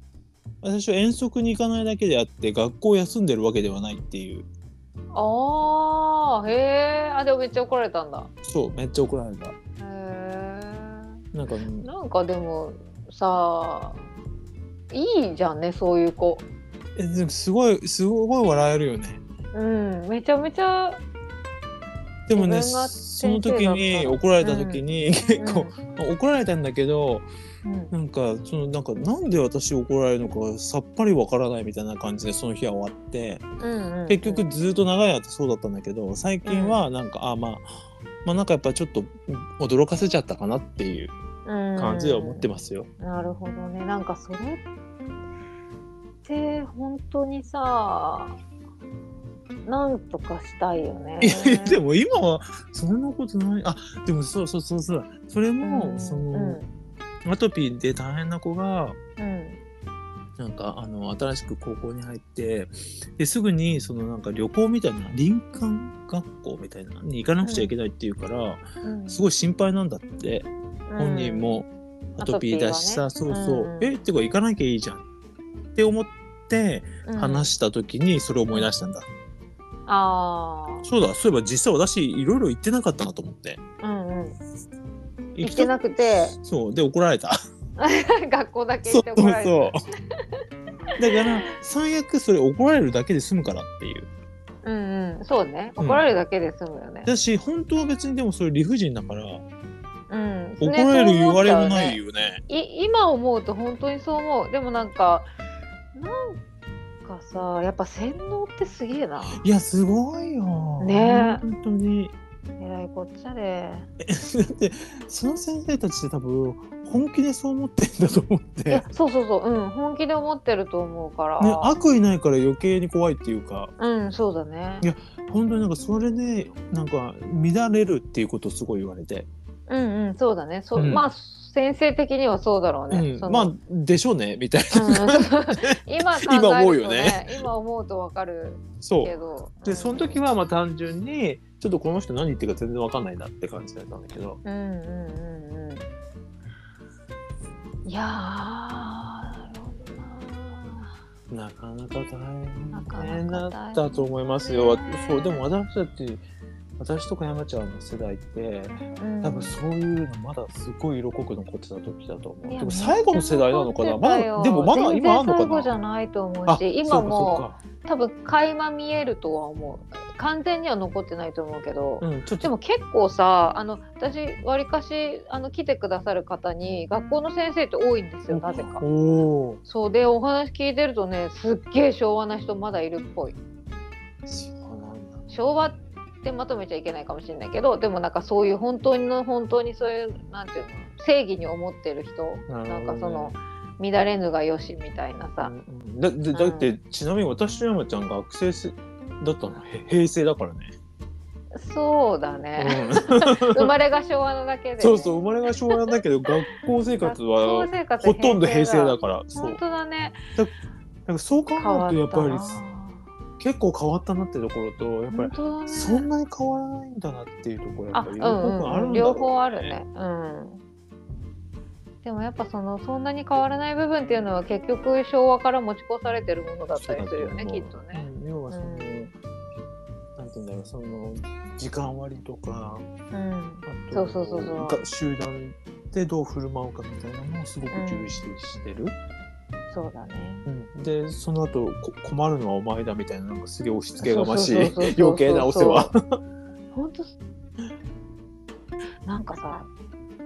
Speaker 1: 私は遠足に行かないだけであって学校休んでるわけではないっていう
Speaker 2: ああへえあでもめっちゃ怒られたんだ
Speaker 1: そうめっちゃ怒られた
Speaker 2: へえ
Speaker 1: なんか
Speaker 2: なんかでもさいいじゃんねそういう子
Speaker 1: えでもすごいすごい笑えるよね
Speaker 2: うんめちゃめちゃ
Speaker 1: でもね
Speaker 2: 自分が
Speaker 1: その
Speaker 2: 先生
Speaker 1: 時
Speaker 2: だったら
Speaker 1: に怒られた時に、結構、怒られたんだけど
Speaker 2: うんうん
Speaker 1: なんかそのなんかなんで私怒られるのかさっぱりわからないみたいな感じでその日は終わって
Speaker 2: うんうん、
Speaker 1: 結局ずっと長い間そうだったんだけど最近はなんか、あまあまあなんかやっぱちょっと驚かせちゃったかなっていう感
Speaker 2: 感
Speaker 1: じでは思ってますよ。
Speaker 2: なるほどねなんかそれって本当にさなんとかしたいよね
Speaker 1: いや でも今はそんなことないあでもそうそうそうそうそれも、
Speaker 2: うん
Speaker 1: そうの
Speaker 2: ん
Speaker 1: アトピーで大変な子が
Speaker 2: うん
Speaker 1: なんかあの新しく高校に入ってですぐにそのなんか旅行みたいな林間学校みたいなのに行かなくちゃいけないっていうから、
Speaker 2: うん
Speaker 1: すごい心配なんだって、本人もアトピーだしさ、
Speaker 2: アト
Speaker 1: そ
Speaker 2: ピー
Speaker 1: う
Speaker 2: はね
Speaker 1: そう、
Speaker 2: うんうん
Speaker 1: えってか行かなきゃいいじゃんって思って
Speaker 2: うん
Speaker 1: 話した時にそれを思い出したんだ、
Speaker 2: あ
Speaker 1: そうだそういえば実際私いろいろ行ってなかったなと思って
Speaker 2: あうんうん
Speaker 1: 行
Speaker 2: 行
Speaker 1: き
Speaker 2: ったてなくて
Speaker 1: そうで怒られた
Speaker 2: 学校だけ
Speaker 1: そ
Speaker 2: 行
Speaker 1: う
Speaker 2: って
Speaker 1: そ
Speaker 2: 怒
Speaker 1: う
Speaker 2: られ
Speaker 1: そ
Speaker 2: る
Speaker 1: うだから最悪それ怒られるだけで済むからっていう
Speaker 2: うんうんそうね
Speaker 1: うん
Speaker 2: 怒られるだけで済むよね
Speaker 1: だし本当は別にでもそれ理不尽だから
Speaker 2: うんね
Speaker 1: 怒られる言われもない
Speaker 2: そう思っちゃうね
Speaker 1: よね
Speaker 2: い今思うと本当にそう思うでもなんかなんかさやっぱ洗脳ってすげえない
Speaker 1: やすごいよ
Speaker 2: ね
Speaker 1: 本当に
Speaker 2: えらいこっちゃで
Speaker 1: だってその先生たちって多分本気でそう思ってんだと思っ
Speaker 2: い
Speaker 1: て、ね
Speaker 2: や、そうそうそううん本気で思ってると思うから、
Speaker 1: 悪意ないから余計に怖いっていうか
Speaker 2: うんそうだね
Speaker 1: いや本当になんかそれでなんか乱れるっていうことをすごい言われて、
Speaker 2: うんうんそうだねそう、
Speaker 1: うん
Speaker 2: まあ先生的にはそうだろうね、
Speaker 1: う
Speaker 2: そ
Speaker 1: ん、ま
Speaker 2: の
Speaker 1: あでしょうねみたいな、
Speaker 2: うんそう 今考 えると、ね、
Speaker 1: 今
Speaker 2: 今
Speaker 1: 思
Speaker 2: 思
Speaker 1: う
Speaker 2: う
Speaker 1: よ
Speaker 2: よ
Speaker 1: ね
Speaker 2: ね今思うとわかる
Speaker 1: そう
Speaker 2: けど
Speaker 1: でその時はまあ単純にちょっとこの人何言ってるか全然わかんないなって感じだったんだけど
Speaker 2: うんうんうんうんいやーなるほどな
Speaker 1: なかなか大
Speaker 2: なかなか大
Speaker 1: 変
Speaker 2: 変
Speaker 1: だったと思いますよ。わそうでも私だって私とか山ちゃんの世代って
Speaker 2: うん
Speaker 1: 多分そういうのまだすごい色濃く残ってた時だと思う。
Speaker 2: いや
Speaker 1: でも最後の世代なのかなまだでもまだ
Speaker 2: 全然
Speaker 1: 今あんの
Speaker 2: 最後
Speaker 1: か
Speaker 2: じ
Speaker 1: な
Speaker 2: ゃないと思うし今もう多分垣間見えるとは思う完全には残ってないと思うけど、
Speaker 1: う、うん、ちょっ
Speaker 2: で
Speaker 1: と
Speaker 2: も結構さあの私わりかしあの来てくださる方に学校の先生って多いんですよなぜか
Speaker 1: お。お
Speaker 2: そうでお話聞いてるとねすっげえ昭和な人まだいるっぽい
Speaker 1: ーそうなんだ
Speaker 2: 昭和ってまとめちゃいけないかもしれないけどでもなんかそういう本当の本当にそういうなんていうの正義に思ってる人
Speaker 1: なるほど
Speaker 2: な
Speaker 1: ね
Speaker 2: んかその乱れぬがよしみたいなさ、
Speaker 1: うんうんだだだって、ちなみに私と山ちゃん学生せだったのへ平成だからね。
Speaker 2: そうだね、生まれが昭和なだけで、ね、
Speaker 1: そうそう生まれが昭和なんだけど学校生活は
Speaker 2: 学校生活
Speaker 1: ほとんど平成だ
Speaker 2: ら
Speaker 1: からそう
Speaker 2: 本当だね
Speaker 1: なんかそう考え
Speaker 2: 変わっ
Speaker 1: るとやったぱり
Speaker 2: な
Speaker 1: 結構変わったなってところとやっぱ
Speaker 2: 本
Speaker 1: り
Speaker 2: 当だね
Speaker 1: そんなに変わらないんだなっていうところや
Speaker 2: あ
Speaker 1: っぱり
Speaker 2: うんうん、
Speaker 1: よ
Speaker 2: 両
Speaker 1: く
Speaker 2: 方あ
Speaker 1: んだろう
Speaker 2: るね。うんでもやっぱそのそんなに変わらない部分っていうのは結局昭和から持ち越されてるものだったりするよね
Speaker 1: そう
Speaker 2: き
Speaker 1: だ
Speaker 2: っ
Speaker 1: と
Speaker 2: と
Speaker 1: 思う
Speaker 2: ね。
Speaker 1: うん要はその、
Speaker 2: うん
Speaker 1: なんていうんだろうその時間割とか
Speaker 2: うん
Speaker 1: あと
Speaker 2: そうそうそうそう
Speaker 1: が集団でどう振る舞うかみたいなのをすごく重視してる、
Speaker 2: そうだね。
Speaker 1: うんでその後こ困るのはお前だみたいななんかすげえ押し付けがましい
Speaker 2: そうそうそうそうそう
Speaker 1: 余計なお世話。
Speaker 2: 本当なんかさ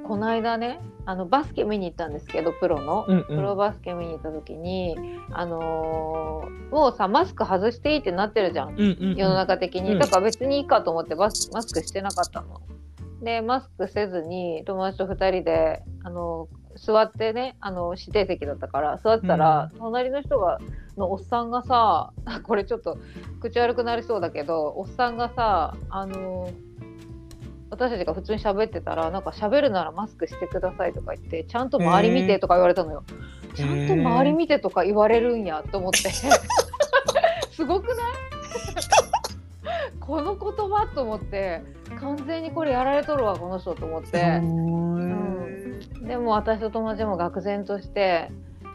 Speaker 2: この間ねあのバスケ見に行ったんですけどプロの。
Speaker 1: うんう
Speaker 2: プロ
Speaker 1: ん
Speaker 2: バスケ見に行った時に、あのーもうさマスク外していいってなってるじゃん
Speaker 1: うんうん
Speaker 2: 世の中的に、
Speaker 1: うん
Speaker 2: だから別にいいかと思ってマスマスクしてなかったの。でマスクせずに友達と2人であの座ってねあの指定席だったから座ってたら、隣の人がのおっさんがさ これちょっと口悪くなりそうだけどおっさんがさあの私たちが普通に喋ってたらなんか喋るならマスクしてくださいとか言ってちゃんと周り見てとか言われたのよ。ちゃんと周り見てとか言われるんやと思ってすごくないこの言葉と思って完全にこれやられとるわこの人と思ってでも私と友達も愕然として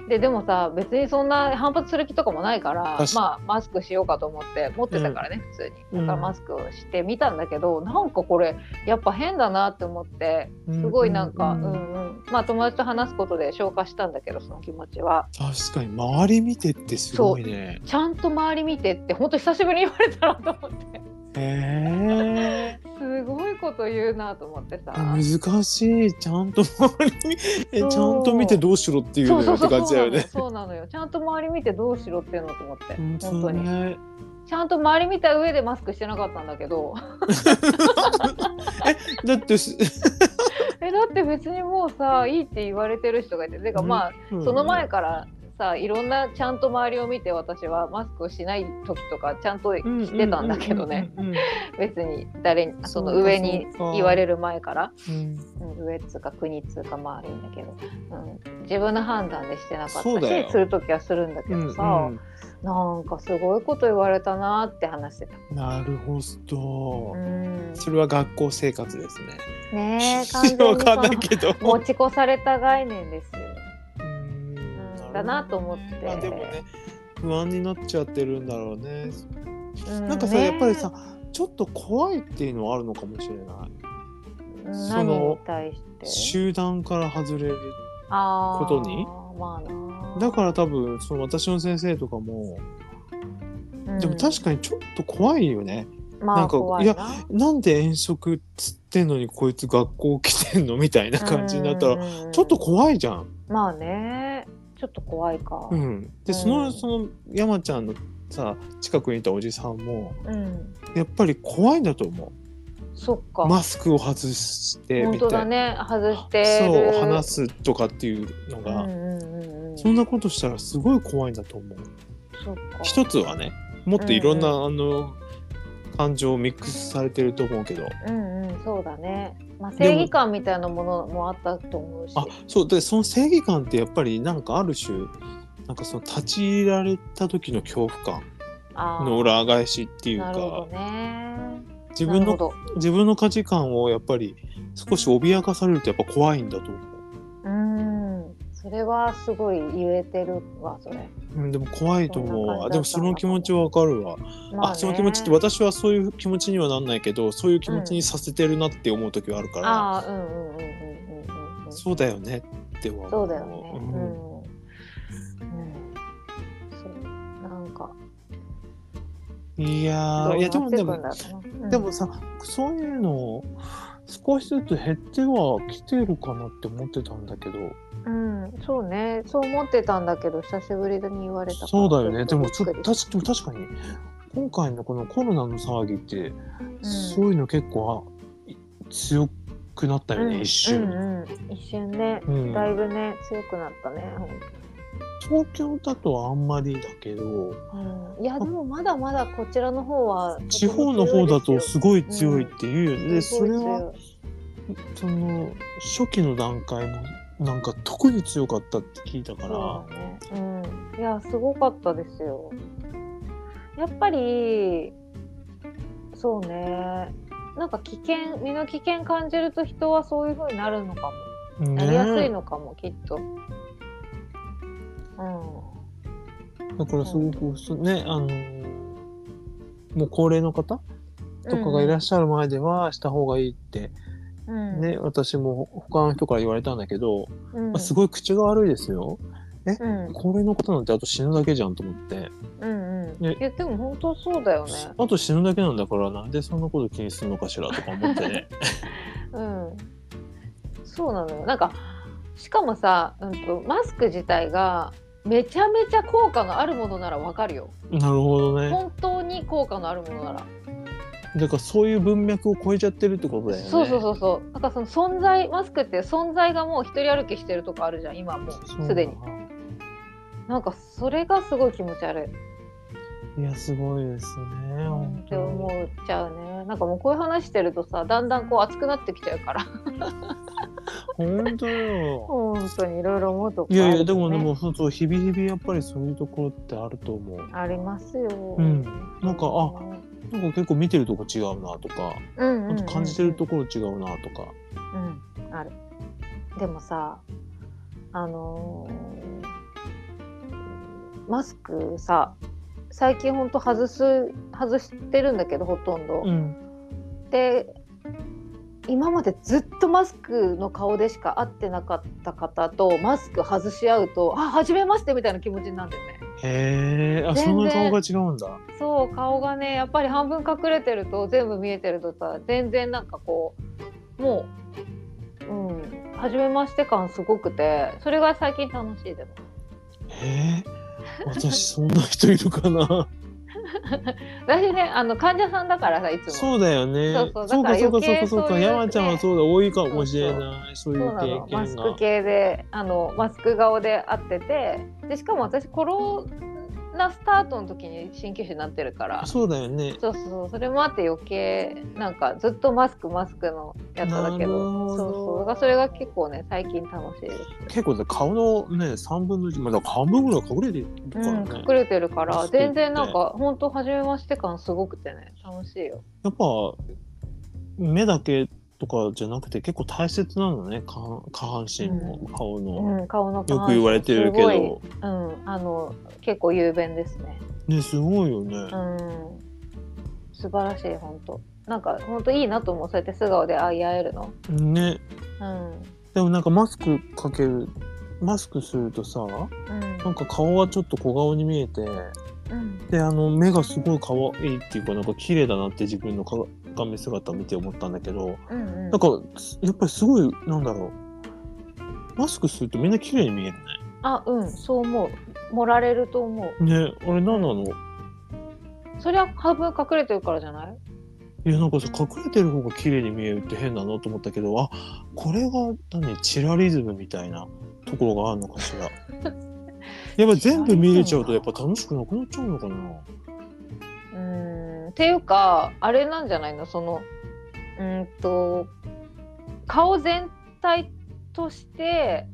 Speaker 2: ででもさ別にそんな反発する気とかもないから
Speaker 1: 確かに
Speaker 2: まあマスクしようかと思って持ってたからね、普通にだか
Speaker 1: う
Speaker 2: ら
Speaker 1: ん
Speaker 2: マスクをしてみたんだけど、なんかこれやっぱ変だなって思って
Speaker 1: す
Speaker 2: すごいなんか、
Speaker 1: う
Speaker 2: うんん
Speaker 1: う
Speaker 2: うん
Speaker 1: うん
Speaker 2: んまあ友達と話すことで消化したんだけどその気持ちは。
Speaker 1: 確かに周り見てってすごいね
Speaker 2: ちゃんと周り見てって本当久しぶりに言われたなと思って
Speaker 1: へえ
Speaker 2: すごいこと言うなと思ってさ
Speaker 1: 難しいちゃんと周り見えち
Speaker 2: そ
Speaker 1: ゃ
Speaker 2: うん
Speaker 1: と見てどうしろっていう
Speaker 2: そ
Speaker 1: の
Speaker 2: う
Speaker 1: よ
Speaker 2: そう
Speaker 1: って
Speaker 2: そう
Speaker 1: 感じだ
Speaker 2: そう
Speaker 1: よね
Speaker 2: なのよそうなのよちゃんと周り見てどうしろっていうのと思って本当に
Speaker 1: ね
Speaker 2: ちゃんと周り見た上でマスクしてなかったんだ けど
Speaker 1: だってす
Speaker 2: えだって別にもうさいいって言われてる人がいててかまあ、 その前からさいろんなちゃんと周りを見て私はマスクをしない時とかちゃんとしてたんだけどね
Speaker 1: うんうん
Speaker 2: 別に誰にそ
Speaker 1: そう
Speaker 2: の
Speaker 1: か
Speaker 2: 上に
Speaker 1: そうか
Speaker 2: 言われる前から。
Speaker 1: うんうんうん
Speaker 2: うん上っつうか国っつうかまあいいんだけど、うん、自分の判断でしてなかっ
Speaker 1: そう
Speaker 2: た
Speaker 1: だよ
Speaker 2: しする時はするんだけ
Speaker 1: うん
Speaker 2: どさ、
Speaker 1: うん
Speaker 2: なんかすごいこと言われたなって話してた。
Speaker 1: なるほど
Speaker 2: う、ん、
Speaker 1: それは学校生活ですね
Speaker 2: ねえ完全に
Speaker 1: わかんない
Speaker 2: そ
Speaker 1: けど
Speaker 2: の持ち越された概念ですよ。
Speaker 1: うん
Speaker 2: うんだなと思って
Speaker 1: まあでもね不安になっちゃってるんだろうね、
Speaker 2: う
Speaker 1: なんかさ、
Speaker 2: ねえ
Speaker 1: やっぱりさちょっと怖いっていうのはあるのかもしれない
Speaker 2: うん
Speaker 1: その
Speaker 2: 何に対して
Speaker 1: 集団から外れる
Speaker 2: こ
Speaker 1: ことに
Speaker 2: まあな
Speaker 1: だから多分その私の先生とかも、
Speaker 2: うん
Speaker 1: でも確かにちょっと怖いよね
Speaker 2: まあ
Speaker 1: なんか
Speaker 2: 怖
Speaker 1: いや
Speaker 2: な
Speaker 1: なんで遠足っつってんのにこいつ学校来てんのみたいな感じになったら、
Speaker 2: うんうんうん
Speaker 1: ちょっと怖いじゃん
Speaker 2: まあねちょっと怖いか。
Speaker 1: うん、
Speaker 2: う
Speaker 1: で
Speaker 2: ん
Speaker 1: そのその山ちゃんのさ近くにいたおじさんも
Speaker 2: うん、
Speaker 1: やっぱり怖いんだと思
Speaker 2: そっか。
Speaker 1: うマスクを外して
Speaker 2: 本
Speaker 1: み
Speaker 2: 当
Speaker 1: た
Speaker 2: だ
Speaker 1: いな、
Speaker 2: ね外して
Speaker 1: そう
Speaker 2: る
Speaker 1: 話すとかっていうの
Speaker 2: うん
Speaker 1: が、
Speaker 2: うんうんうん
Speaker 1: そんなことしたらすごい怖いんだと思う。
Speaker 2: そっか
Speaker 1: 一つはねもっといろんな、あの感情をミックスされてると思うけど
Speaker 2: うんうんそうだね、まあ、
Speaker 1: でも
Speaker 2: 正義感みたいなものもあったと思うし
Speaker 1: あそうでその正義感ってやっぱりなんかある種なんかその立ち入られた時の恐怖感
Speaker 2: あー
Speaker 1: の裏返しっていう
Speaker 2: なるほど
Speaker 1: か
Speaker 2: ね
Speaker 1: 自分
Speaker 2: なる
Speaker 1: の
Speaker 2: ほど
Speaker 1: 自分の価値観をやっぱり少し脅かされるとやっぱ怖いんだと思
Speaker 2: うんそれはすごい言えてるわそれ、
Speaker 1: う、うん、でも怖いと思う
Speaker 2: そんな感じだった
Speaker 1: わでもその気持ちはわかるわ、
Speaker 2: まあね
Speaker 1: あその気持ちって私はそういう気持ちにはなんないけどそういう気持ちにさせてるなって思う時はあるから、
Speaker 2: ああうんうんうんうんうんうん
Speaker 1: そうだよねっては思
Speaker 2: そうだよねう
Speaker 1: うん
Speaker 2: ん、うん、そうなんか
Speaker 1: いや
Speaker 2: ど
Speaker 1: ー
Speaker 2: う
Speaker 1: いやでもでも
Speaker 2: なっていくんだろうなうん
Speaker 1: でもさそういうのを少しずつ減ってはきてるかなって思ってたんだけど
Speaker 2: うん、そうね、そう思ってたんだけど、久しぶりに言われたから。
Speaker 1: そうだよねでも
Speaker 2: ち
Speaker 1: ち
Speaker 2: ょ
Speaker 1: ょ
Speaker 2: っと
Speaker 1: っ
Speaker 2: びっく
Speaker 1: と確
Speaker 2: り
Speaker 1: でも確かに今回のこのコロナの騒ぎって、
Speaker 2: ん
Speaker 1: そういうの結構あい強くなったよね、
Speaker 2: うん
Speaker 1: 一瞬、
Speaker 2: うんうん一瞬ね、
Speaker 1: うん
Speaker 2: だいぶね、強くなったね。
Speaker 1: 東京だとあんまりだけど
Speaker 2: うん、いや、でもまだまだこちらの方は。
Speaker 1: 地方の方だとすごい強いっていうよね、で
Speaker 2: ごい強いですよ
Speaker 1: それは。その初期の段階もなんか特に強かったって聞いたか
Speaker 2: すご
Speaker 1: ら。
Speaker 2: い強いそうだね。うん、いや、すごかったですよ。やっぱり。そうね。なんか危険、身の危険感じると、人はそういう風になるのかも。なりやすいのかも、きっと。う
Speaker 1: だからすごくそねあのもう高齢の方
Speaker 2: ん。
Speaker 1: とかがいらっしゃる前ではした方がいいって、
Speaker 2: うん、
Speaker 1: ね私も他の人から言われたんだけど、
Speaker 2: うん、
Speaker 1: まあすごい口が悪いですよ
Speaker 2: うん、うん
Speaker 1: 高齢の方なんてあと死ぬだけじゃんと思って
Speaker 2: うんうんうん、
Speaker 1: ね
Speaker 2: いやでも本当そうだよね。
Speaker 1: あと死ぬだけなんだからなんでそんなこと気にするのかしらとか思って ね
Speaker 2: うん、そうなのよなんかしかもさ、うん、とマスク自体がめちゃめちゃ効果のあるものならわかるよ
Speaker 1: なるほどね
Speaker 2: 本当に効果のあるものなら、
Speaker 1: だからそういう文脈を超えちゃってるってことだよね
Speaker 2: そうそうそうそうなんかその存在マスクって存在がもう一人歩きしてるとこあるじゃん今もうすでになんかそれがすごい気持ち悪い
Speaker 1: いやすごいですね本
Speaker 2: って
Speaker 1: 当に
Speaker 2: 思っちゃうねなんかもうこういう話してるとさだんだんこう熱くなってきちゃうから
Speaker 1: 本当よ
Speaker 2: 本当にいろいろ思うとこ
Speaker 1: いやいや
Speaker 2: ある
Speaker 1: で
Speaker 2: よ
Speaker 1: も
Speaker 2: ね
Speaker 1: でもそうそう日々日々やっぱりそういうところってあると思う
Speaker 2: ありますよ、
Speaker 1: うんなんかあなんか結構見てるとこ違うなとか
Speaker 2: うんうんうんう
Speaker 1: あ
Speaker 2: ん
Speaker 1: と感じてるところ違うなとか
Speaker 2: うん、ある。でもさ、あのーマスクさ、最近ほんと外す、外してるんだけど、ほとんど。
Speaker 1: ん
Speaker 2: で、今までずっとマスクの顔でしか会ってなかった方とマスク外し合うと、あ、初めましてみたいな気持ちになるんだよね。
Speaker 1: へえあ
Speaker 2: 全然
Speaker 1: そんな顔が違うんだ
Speaker 2: そう顔がねやっぱり半分隠れてると全部見えてるとさ全然なんかこうもううん初めまして感すごくてそれが最近楽しいでも
Speaker 1: へえ私そんな人いるか な
Speaker 2: 私ねあの患者さんだからさいつも
Speaker 1: そうだよね
Speaker 2: そうそう
Speaker 1: そうかそうかそうかそう
Speaker 2: だから余計そう
Speaker 1: か
Speaker 2: いうね
Speaker 1: 山ちゃんはそうだ多いかもしれないそう
Speaker 2: そう
Speaker 1: い
Speaker 2: なの
Speaker 1: う経
Speaker 2: マス
Speaker 1: 験
Speaker 2: ク
Speaker 1: が
Speaker 2: 系であのマスク顔で会っててでしかも私コロナスタートの時に鍼灸師になってるから
Speaker 1: そうだよね
Speaker 2: そうそうそうそれもあって余計なんかずっとマスクマスクのやつだ
Speaker 1: なる
Speaker 2: けど
Speaker 1: ほど
Speaker 2: そうそうだからそれが結構ね最近楽しいです
Speaker 1: 結構ね顔のね3分の1まあだから半分ぐらい隠れてるか
Speaker 2: う
Speaker 1: ら
Speaker 2: ん、
Speaker 1: ね、
Speaker 2: 隠れてるか
Speaker 1: マ
Speaker 2: ら
Speaker 1: スクって
Speaker 2: 全然なんか本当初めまして感すごくてね楽しいよ
Speaker 1: やっぱ目だけとかじゃなくて結構大切なのね下半下半身も顔の、
Speaker 2: うん、顔の
Speaker 1: よく言われてるけ
Speaker 2: すご
Speaker 1: ど
Speaker 2: いうん、あの結構雄弁ですね
Speaker 1: ねすごいよね、
Speaker 2: うん素晴らしい本当なんか本当いいなと思うそうやって素顔であい合えるの
Speaker 1: ね
Speaker 2: うん
Speaker 1: でもなんかマスクかけるマスクするとさ
Speaker 2: うん
Speaker 1: なんか顔はちょっと小顔に見えて
Speaker 2: うん
Speaker 1: であの目がすごい可愛いっていうかなんか綺麗だなって自分の鏡姿を見て思ったんだけど
Speaker 2: うんうん
Speaker 1: なんかやっぱりすごいなんだろうマスクするとみんな綺麗に見える
Speaker 2: あうんそう思う盛られると思う
Speaker 1: ねねあれ何なの
Speaker 2: そりゃ半分隠れてるからじゃない
Speaker 1: いやなんかさ隠れてる方が綺麗に見えるって変なのと思ったけどあこれは何チラリズムみたいなところがあるのかし らやっぱ全部見れちゃうとやっぱ楽しくなくなっちゃうのかな
Speaker 2: うんっていうかあれなんじゃないのそのうーんと顔全体として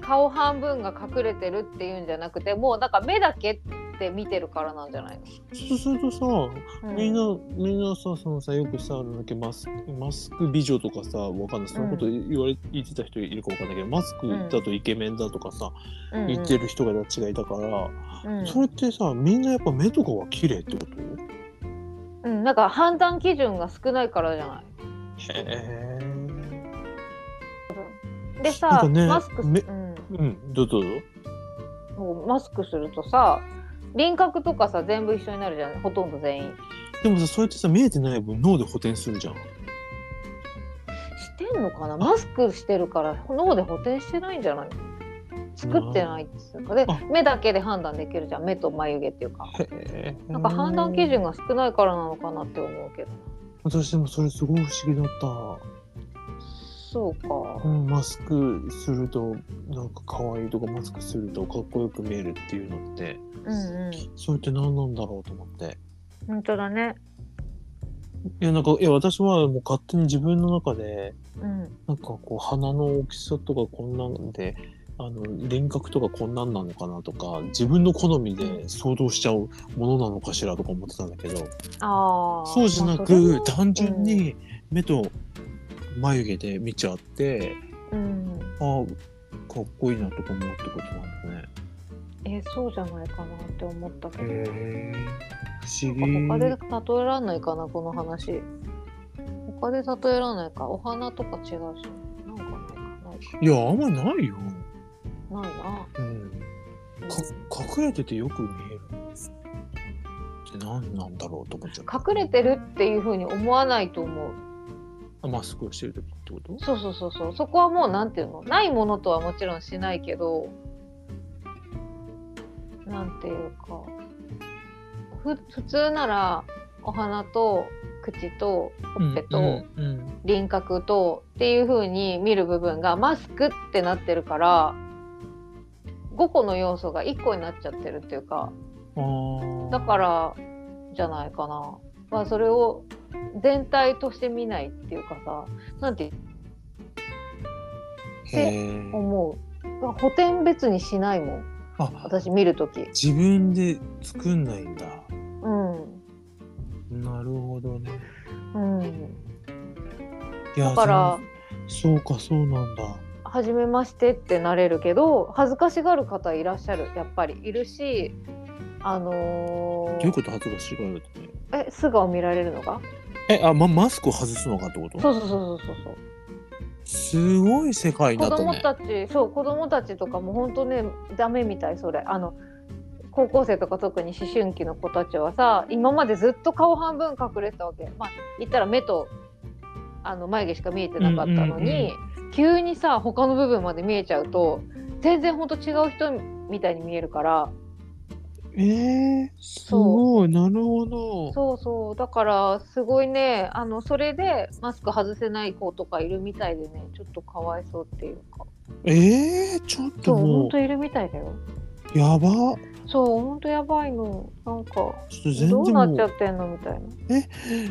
Speaker 2: 顔半分が隠れてるっていうんじゃなくてもうなんか目だけって見てるからなんじゃない
Speaker 1: そうするとさ
Speaker 2: の、
Speaker 1: みんな、みんなさそのさよくさなんだっけマスマスク美女とかさわかんないそのこと言われ、言ってた人いるかわかんないけどマスクだとイケメンだとかさ、
Speaker 2: うん
Speaker 1: 言ってる人がたちがいたから、
Speaker 2: うんうん
Speaker 1: それってさみんなやっぱ目とかは綺麗ってこと
Speaker 2: うん、なんか判断基準が少ないからじゃな
Speaker 1: へえ
Speaker 2: いで
Speaker 1: なん
Speaker 2: さ、
Speaker 1: かね
Speaker 2: マスクす、
Speaker 1: め
Speaker 2: うん、
Speaker 1: うんどうぞどうぞ
Speaker 2: もうマスクするとさ輪郭とかさ全部一緒になるじゃんほとんど全員
Speaker 1: でもさそうやってさ見えてない分脳で補填するじゃん
Speaker 2: してんのかなマスクしてるから脳で補填してないんじゃない作ってないっつうかで
Speaker 1: あ
Speaker 2: 目だけで判断できるじゃん目と眉毛っていうかなんか判断基準が少ないからなのかなって思うけど
Speaker 1: 私でもそれすごい不思議だった、
Speaker 2: そうか
Speaker 1: うん、マスクするとなんか可愛いとかマスクするとかっこよく見えるっていうのって
Speaker 2: うんうん
Speaker 1: それって何なんだろうと思って
Speaker 2: 本当だね
Speaker 1: いやなんかいや私はもう勝手に自分の中で
Speaker 2: うん
Speaker 1: なんかこう鼻の大きさとかこんなんであの輪郭とかこんなんなのかなとか自分の好みで想像しちゃうものなのかしらとか思ってたんだけど
Speaker 2: ああ
Speaker 1: そうじゃな
Speaker 2: それ
Speaker 1: く
Speaker 2: も
Speaker 1: 単純に目と眉毛で見ちゃって、
Speaker 2: うん、
Speaker 1: ああかっこいいなとか思うってことなんだね。
Speaker 2: えそうじゃないかなって思ったけ
Speaker 1: へ
Speaker 2: ど、
Speaker 1: え不
Speaker 2: なんか
Speaker 1: 思
Speaker 2: 他で
Speaker 1: 議。
Speaker 2: 例えらんないかなこの話他で例えらんないかお花とか違うしなんかないかないか
Speaker 1: いやあんまりないよ。
Speaker 2: ないな、
Speaker 1: うん、
Speaker 2: うん
Speaker 1: か隠れててよく見える。って何なんだろうと思っちゃう
Speaker 2: 隠れてるっていうふうに思わないと思う
Speaker 1: あマスクをしてる時ってこと
Speaker 2: そうそうそうそうそこはもうなんていうのないものとはもちろんしないけどなんていうかふ普通ならお花と口とほっぺと、
Speaker 1: うんうん
Speaker 2: 輪郭とっていう風に見る部分がマスクってなってるから5個の要素が1個になっちゃってるっていうか
Speaker 1: うん、あー
Speaker 2: だからじゃないかな、まあ、それを全体として見ないっていうかさなんて
Speaker 1: へー
Speaker 2: 思う補填別にしないもん
Speaker 1: あ
Speaker 2: 私見る時
Speaker 1: 自分で作んないんだ
Speaker 2: うん
Speaker 1: なるほどね
Speaker 2: うん
Speaker 1: いや
Speaker 2: だから
Speaker 1: そのそうかそうなんだ
Speaker 2: 初めましてってなれるけど恥ずかしがる方いらっしゃるやっぱりいるしあの
Speaker 1: どう
Speaker 2: ー
Speaker 1: いうこと恥ずかしがるってね
Speaker 2: え素顔見られるのが
Speaker 1: えあ、ま、マスクを外すのかってこと
Speaker 2: そうそうそうそうそう
Speaker 1: すごい世界になっ
Speaker 2: 子
Speaker 1: た
Speaker 2: 供
Speaker 1: ね
Speaker 2: たちそう子供たちとかも本当ねダメみたいそれあの高校生とか特に思春期の子たちはさ今までずっと顔半分隠れてたわけまあ言ったら目とあの眉毛しか見えてなかったのに、急にさ他の部分まで見えちゃうと全然本当違う人みたいに見えるから
Speaker 1: えー、すごいなるほど
Speaker 2: そうそうだからすごいねあのそれでマスク外せない子とかいるみたいでねちょっとかわいそうっていうか
Speaker 1: えー、ちょっ
Speaker 2: そ
Speaker 1: と
Speaker 2: う
Speaker 1: も
Speaker 2: 本当いるみたいだよ。
Speaker 1: うやば
Speaker 2: そう、ほんとやばいの。なんか、
Speaker 1: ちょっと全
Speaker 2: どう
Speaker 1: 然
Speaker 2: なっ
Speaker 1: も
Speaker 2: ちゃ
Speaker 1: う
Speaker 2: ってんのみたいな。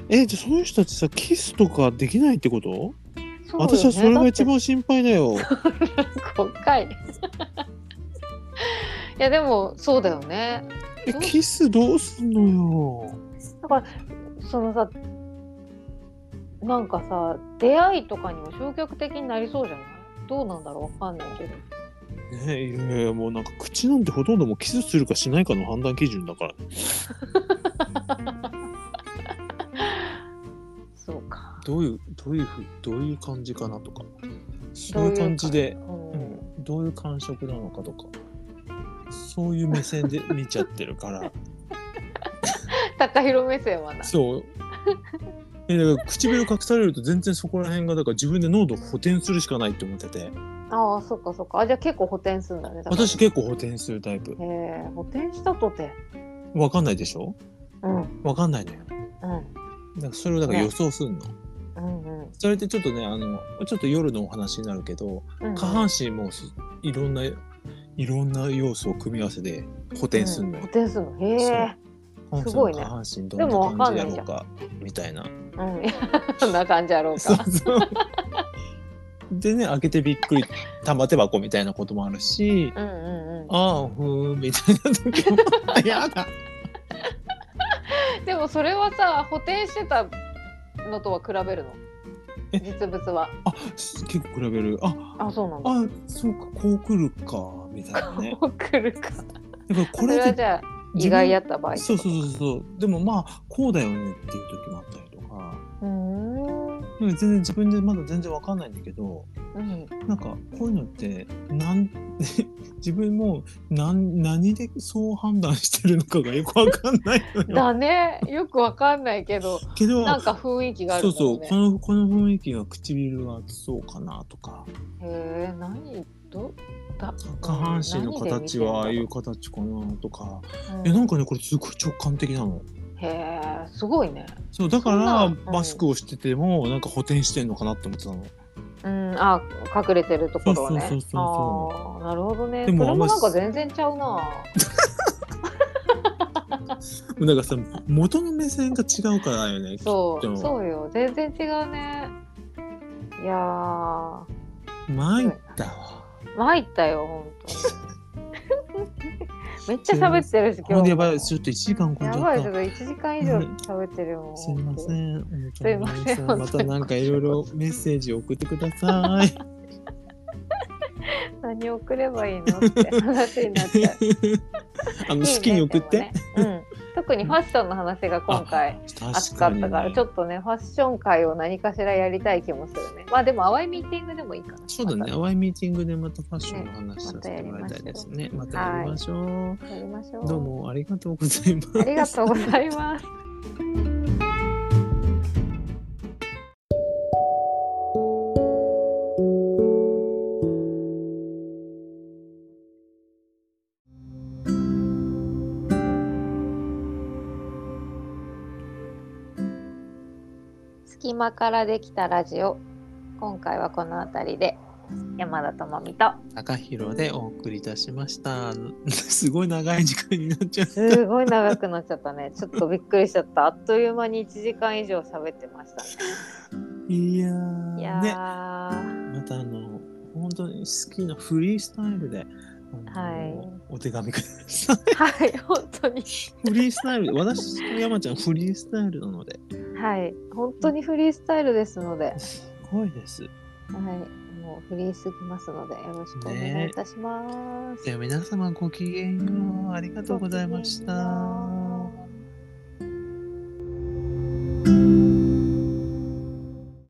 Speaker 1: えじゃあそういう人たちさキスとかできないってこと、
Speaker 2: そうよね
Speaker 1: 私はそれが一。番心配だよ
Speaker 2: だって5回。 いや、でも、そうだよね。
Speaker 1: え
Speaker 2: そう
Speaker 1: キスどうすんのよ
Speaker 2: だから、そのさ、なんかさ、出会いとかにも消極的になりそうじゃないどうなんだろうわかんないけど。
Speaker 1: ねいやいやもうなんか口なんてほとんどもうキスするかしないかの判断基準だから
Speaker 2: そうか。
Speaker 1: どういうどういうふうどういう感じかなとか
Speaker 2: ど
Speaker 1: そういう感じで
Speaker 2: う。
Speaker 1: うんんどういう感触なのかとかそういう目線 で見ちゃってるから
Speaker 2: 高広目線はな。
Speaker 1: そうえだから唇隠されると全然そこら辺がだから自分で濃度を補填するしかないって思ってて
Speaker 2: ああ、そっかそっか。あ、じゃあ結構補填するんだね。だから
Speaker 1: 私結構補填するタイプ
Speaker 2: えー、補填したとて。
Speaker 1: わかんないでしょ
Speaker 2: うん。
Speaker 1: わかんないのよ
Speaker 2: うん。
Speaker 1: だからそれをだから予想するの、
Speaker 2: うんうん。
Speaker 1: それってちょっとねあのちょっと夜のお話になるけど
Speaker 2: うんうん
Speaker 1: 下半身もすいろんないろんな要素を組み合わせで補填するの
Speaker 2: うん
Speaker 1: よ
Speaker 2: 補、填するのへえ
Speaker 1: 本
Speaker 2: す
Speaker 1: 当
Speaker 2: ごい
Speaker 1: の
Speaker 2: ね
Speaker 1: 下半身どんな感じやろうかみたいな
Speaker 2: うん いやそんな感じやろう
Speaker 1: そう
Speaker 2: か
Speaker 1: そうでね開けてびっくり玉手箱みたいなこともあるし
Speaker 2: うんうんう
Speaker 1: ああふーんみたいな時もやだ
Speaker 2: んでもそれはさ補填してたのとは比べるの
Speaker 1: え
Speaker 2: 実物は
Speaker 1: あ結構比べるあ
Speaker 2: あそうなんだ
Speaker 1: あそうかこう来るかみたいなね
Speaker 2: こう来るか
Speaker 1: だからこ
Speaker 2: それ
Speaker 1: れ
Speaker 2: は
Speaker 1: で
Speaker 2: じゃあ意外やった場合
Speaker 1: そうそうそうそうでもまあこうだよねっていう時もあったりとか
Speaker 2: うーん
Speaker 1: なんか全然自分でまだ全然わかんないんだけど
Speaker 2: うん
Speaker 1: なんかこういうのってなん 自分も何何でそう判断してるのかがよくわかんないのよ。
Speaker 2: だねよくわかんないけど
Speaker 1: けど
Speaker 2: なんか雰囲気があ
Speaker 1: そ
Speaker 2: る
Speaker 1: うん
Speaker 2: だよ
Speaker 1: そう
Speaker 2: ね
Speaker 1: このこの雰囲気が唇がそうかなとか
Speaker 2: へえ何どだ
Speaker 1: 下半身の形はああいう
Speaker 2: 何で
Speaker 1: 形かなとか、え
Speaker 2: 見てんだろう
Speaker 1: なんかねこれすごい直感的なの。
Speaker 2: うんへえすごいね
Speaker 1: そうだか
Speaker 2: そ
Speaker 1: ら
Speaker 2: んなうん
Speaker 1: マスクをしててもなんか補填してんのかなって思ってたの。
Speaker 2: うん、あ隠れてるところをね。
Speaker 1: そうそうそうそ
Speaker 2: あーなるほどね。
Speaker 1: でも
Speaker 2: それもなん
Speaker 1: あ
Speaker 2: か
Speaker 1: んま
Speaker 2: 全然ちゃうな。
Speaker 1: なんかさ元の目線が違うからよね。
Speaker 2: そ
Speaker 1: きっ
Speaker 2: う、
Speaker 1: と
Speaker 2: そうよ。全然違うね。いやー、
Speaker 1: 参ったわ。
Speaker 2: 参ったよ、本 当に。めっちゃ喋ってるし、今
Speaker 1: ほん
Speaker 2: 日。
Speaker 1: でやばいちょっと1時間超え
Speaker 2: や
Speaker 1: ちゃ
Speaker 2: ばい、
Speaker 1: っ
Speaker 2: ち
Speaker 1: た
Speaker 2: ょっ。と1時間以上喋ってるよ。
Speaker 1: すいませ
Speaker 2: ん。
Speaker 1: ん。
Speaker 2: すいません
Speaker 1: またなんかいろいろメッセージ送ってください。
Speaker 2: 何送ればいいのって話になっちゃう。
Speaker 1: あの、好きに送って。
Speaker 2: いいねでもねうん。特にファッションの話が今回熱
Speaker 1: 確
Speaker 2: か
Speaker 1: か
Speaker 2: っ
Speaker 1: に、
Speaker 2: た
Speaker 1: ね、
Speaker 2: から、ちょっとねファッション界を何かしらやりたい気もするねまあでも淡いミーティングでもいいかな
Speaker 1: そうだね、
Speaker 2: ま
Speaker 1: 淡いミーティングでまたファッションの話させてもらいたいですね。ま
Speaker 2: た
Speaker 1: た
Speaker 2: や
Speaker 1: や
Speaker 2: り
Speaker 1: り
Speaker 2: ま
Speaker 1: ましょう。
Speaker 2: たやりましょう
Speaker 1: どうもありがとうございます。
Speaker 2: ありがとうございます隙間からできたラジオ今回はこの辺りで山田智美と
Speaker 1: 高弘でお送りいたしました。すごい長い時間になっちゃう。
Speaker 2: すごい長くなっちゃったねちょっとびっくりしちゃったあっという間に1時間以上喋ってましたね
Speaker 1: いやー
Speaker 2: いやー、
Speaker 1: ね、またあの本当に好きなフリースタイルで。あの
Speaker 2: はい
Speaker 1: お手紙ください。
Speaker 2: はい、本当に。
Speaker 1: フリースタイルで、私と山ちゃんフリースタイルなので、
Speaker 2: はい、本当にフリースタイルですので、は
Speaker 1: すごいです。
Speaker 2: い、もうフリーすぎますので、よろしくお願いいたします。
Speaker 1: では皆様ごきげんよう。ありがとうございました。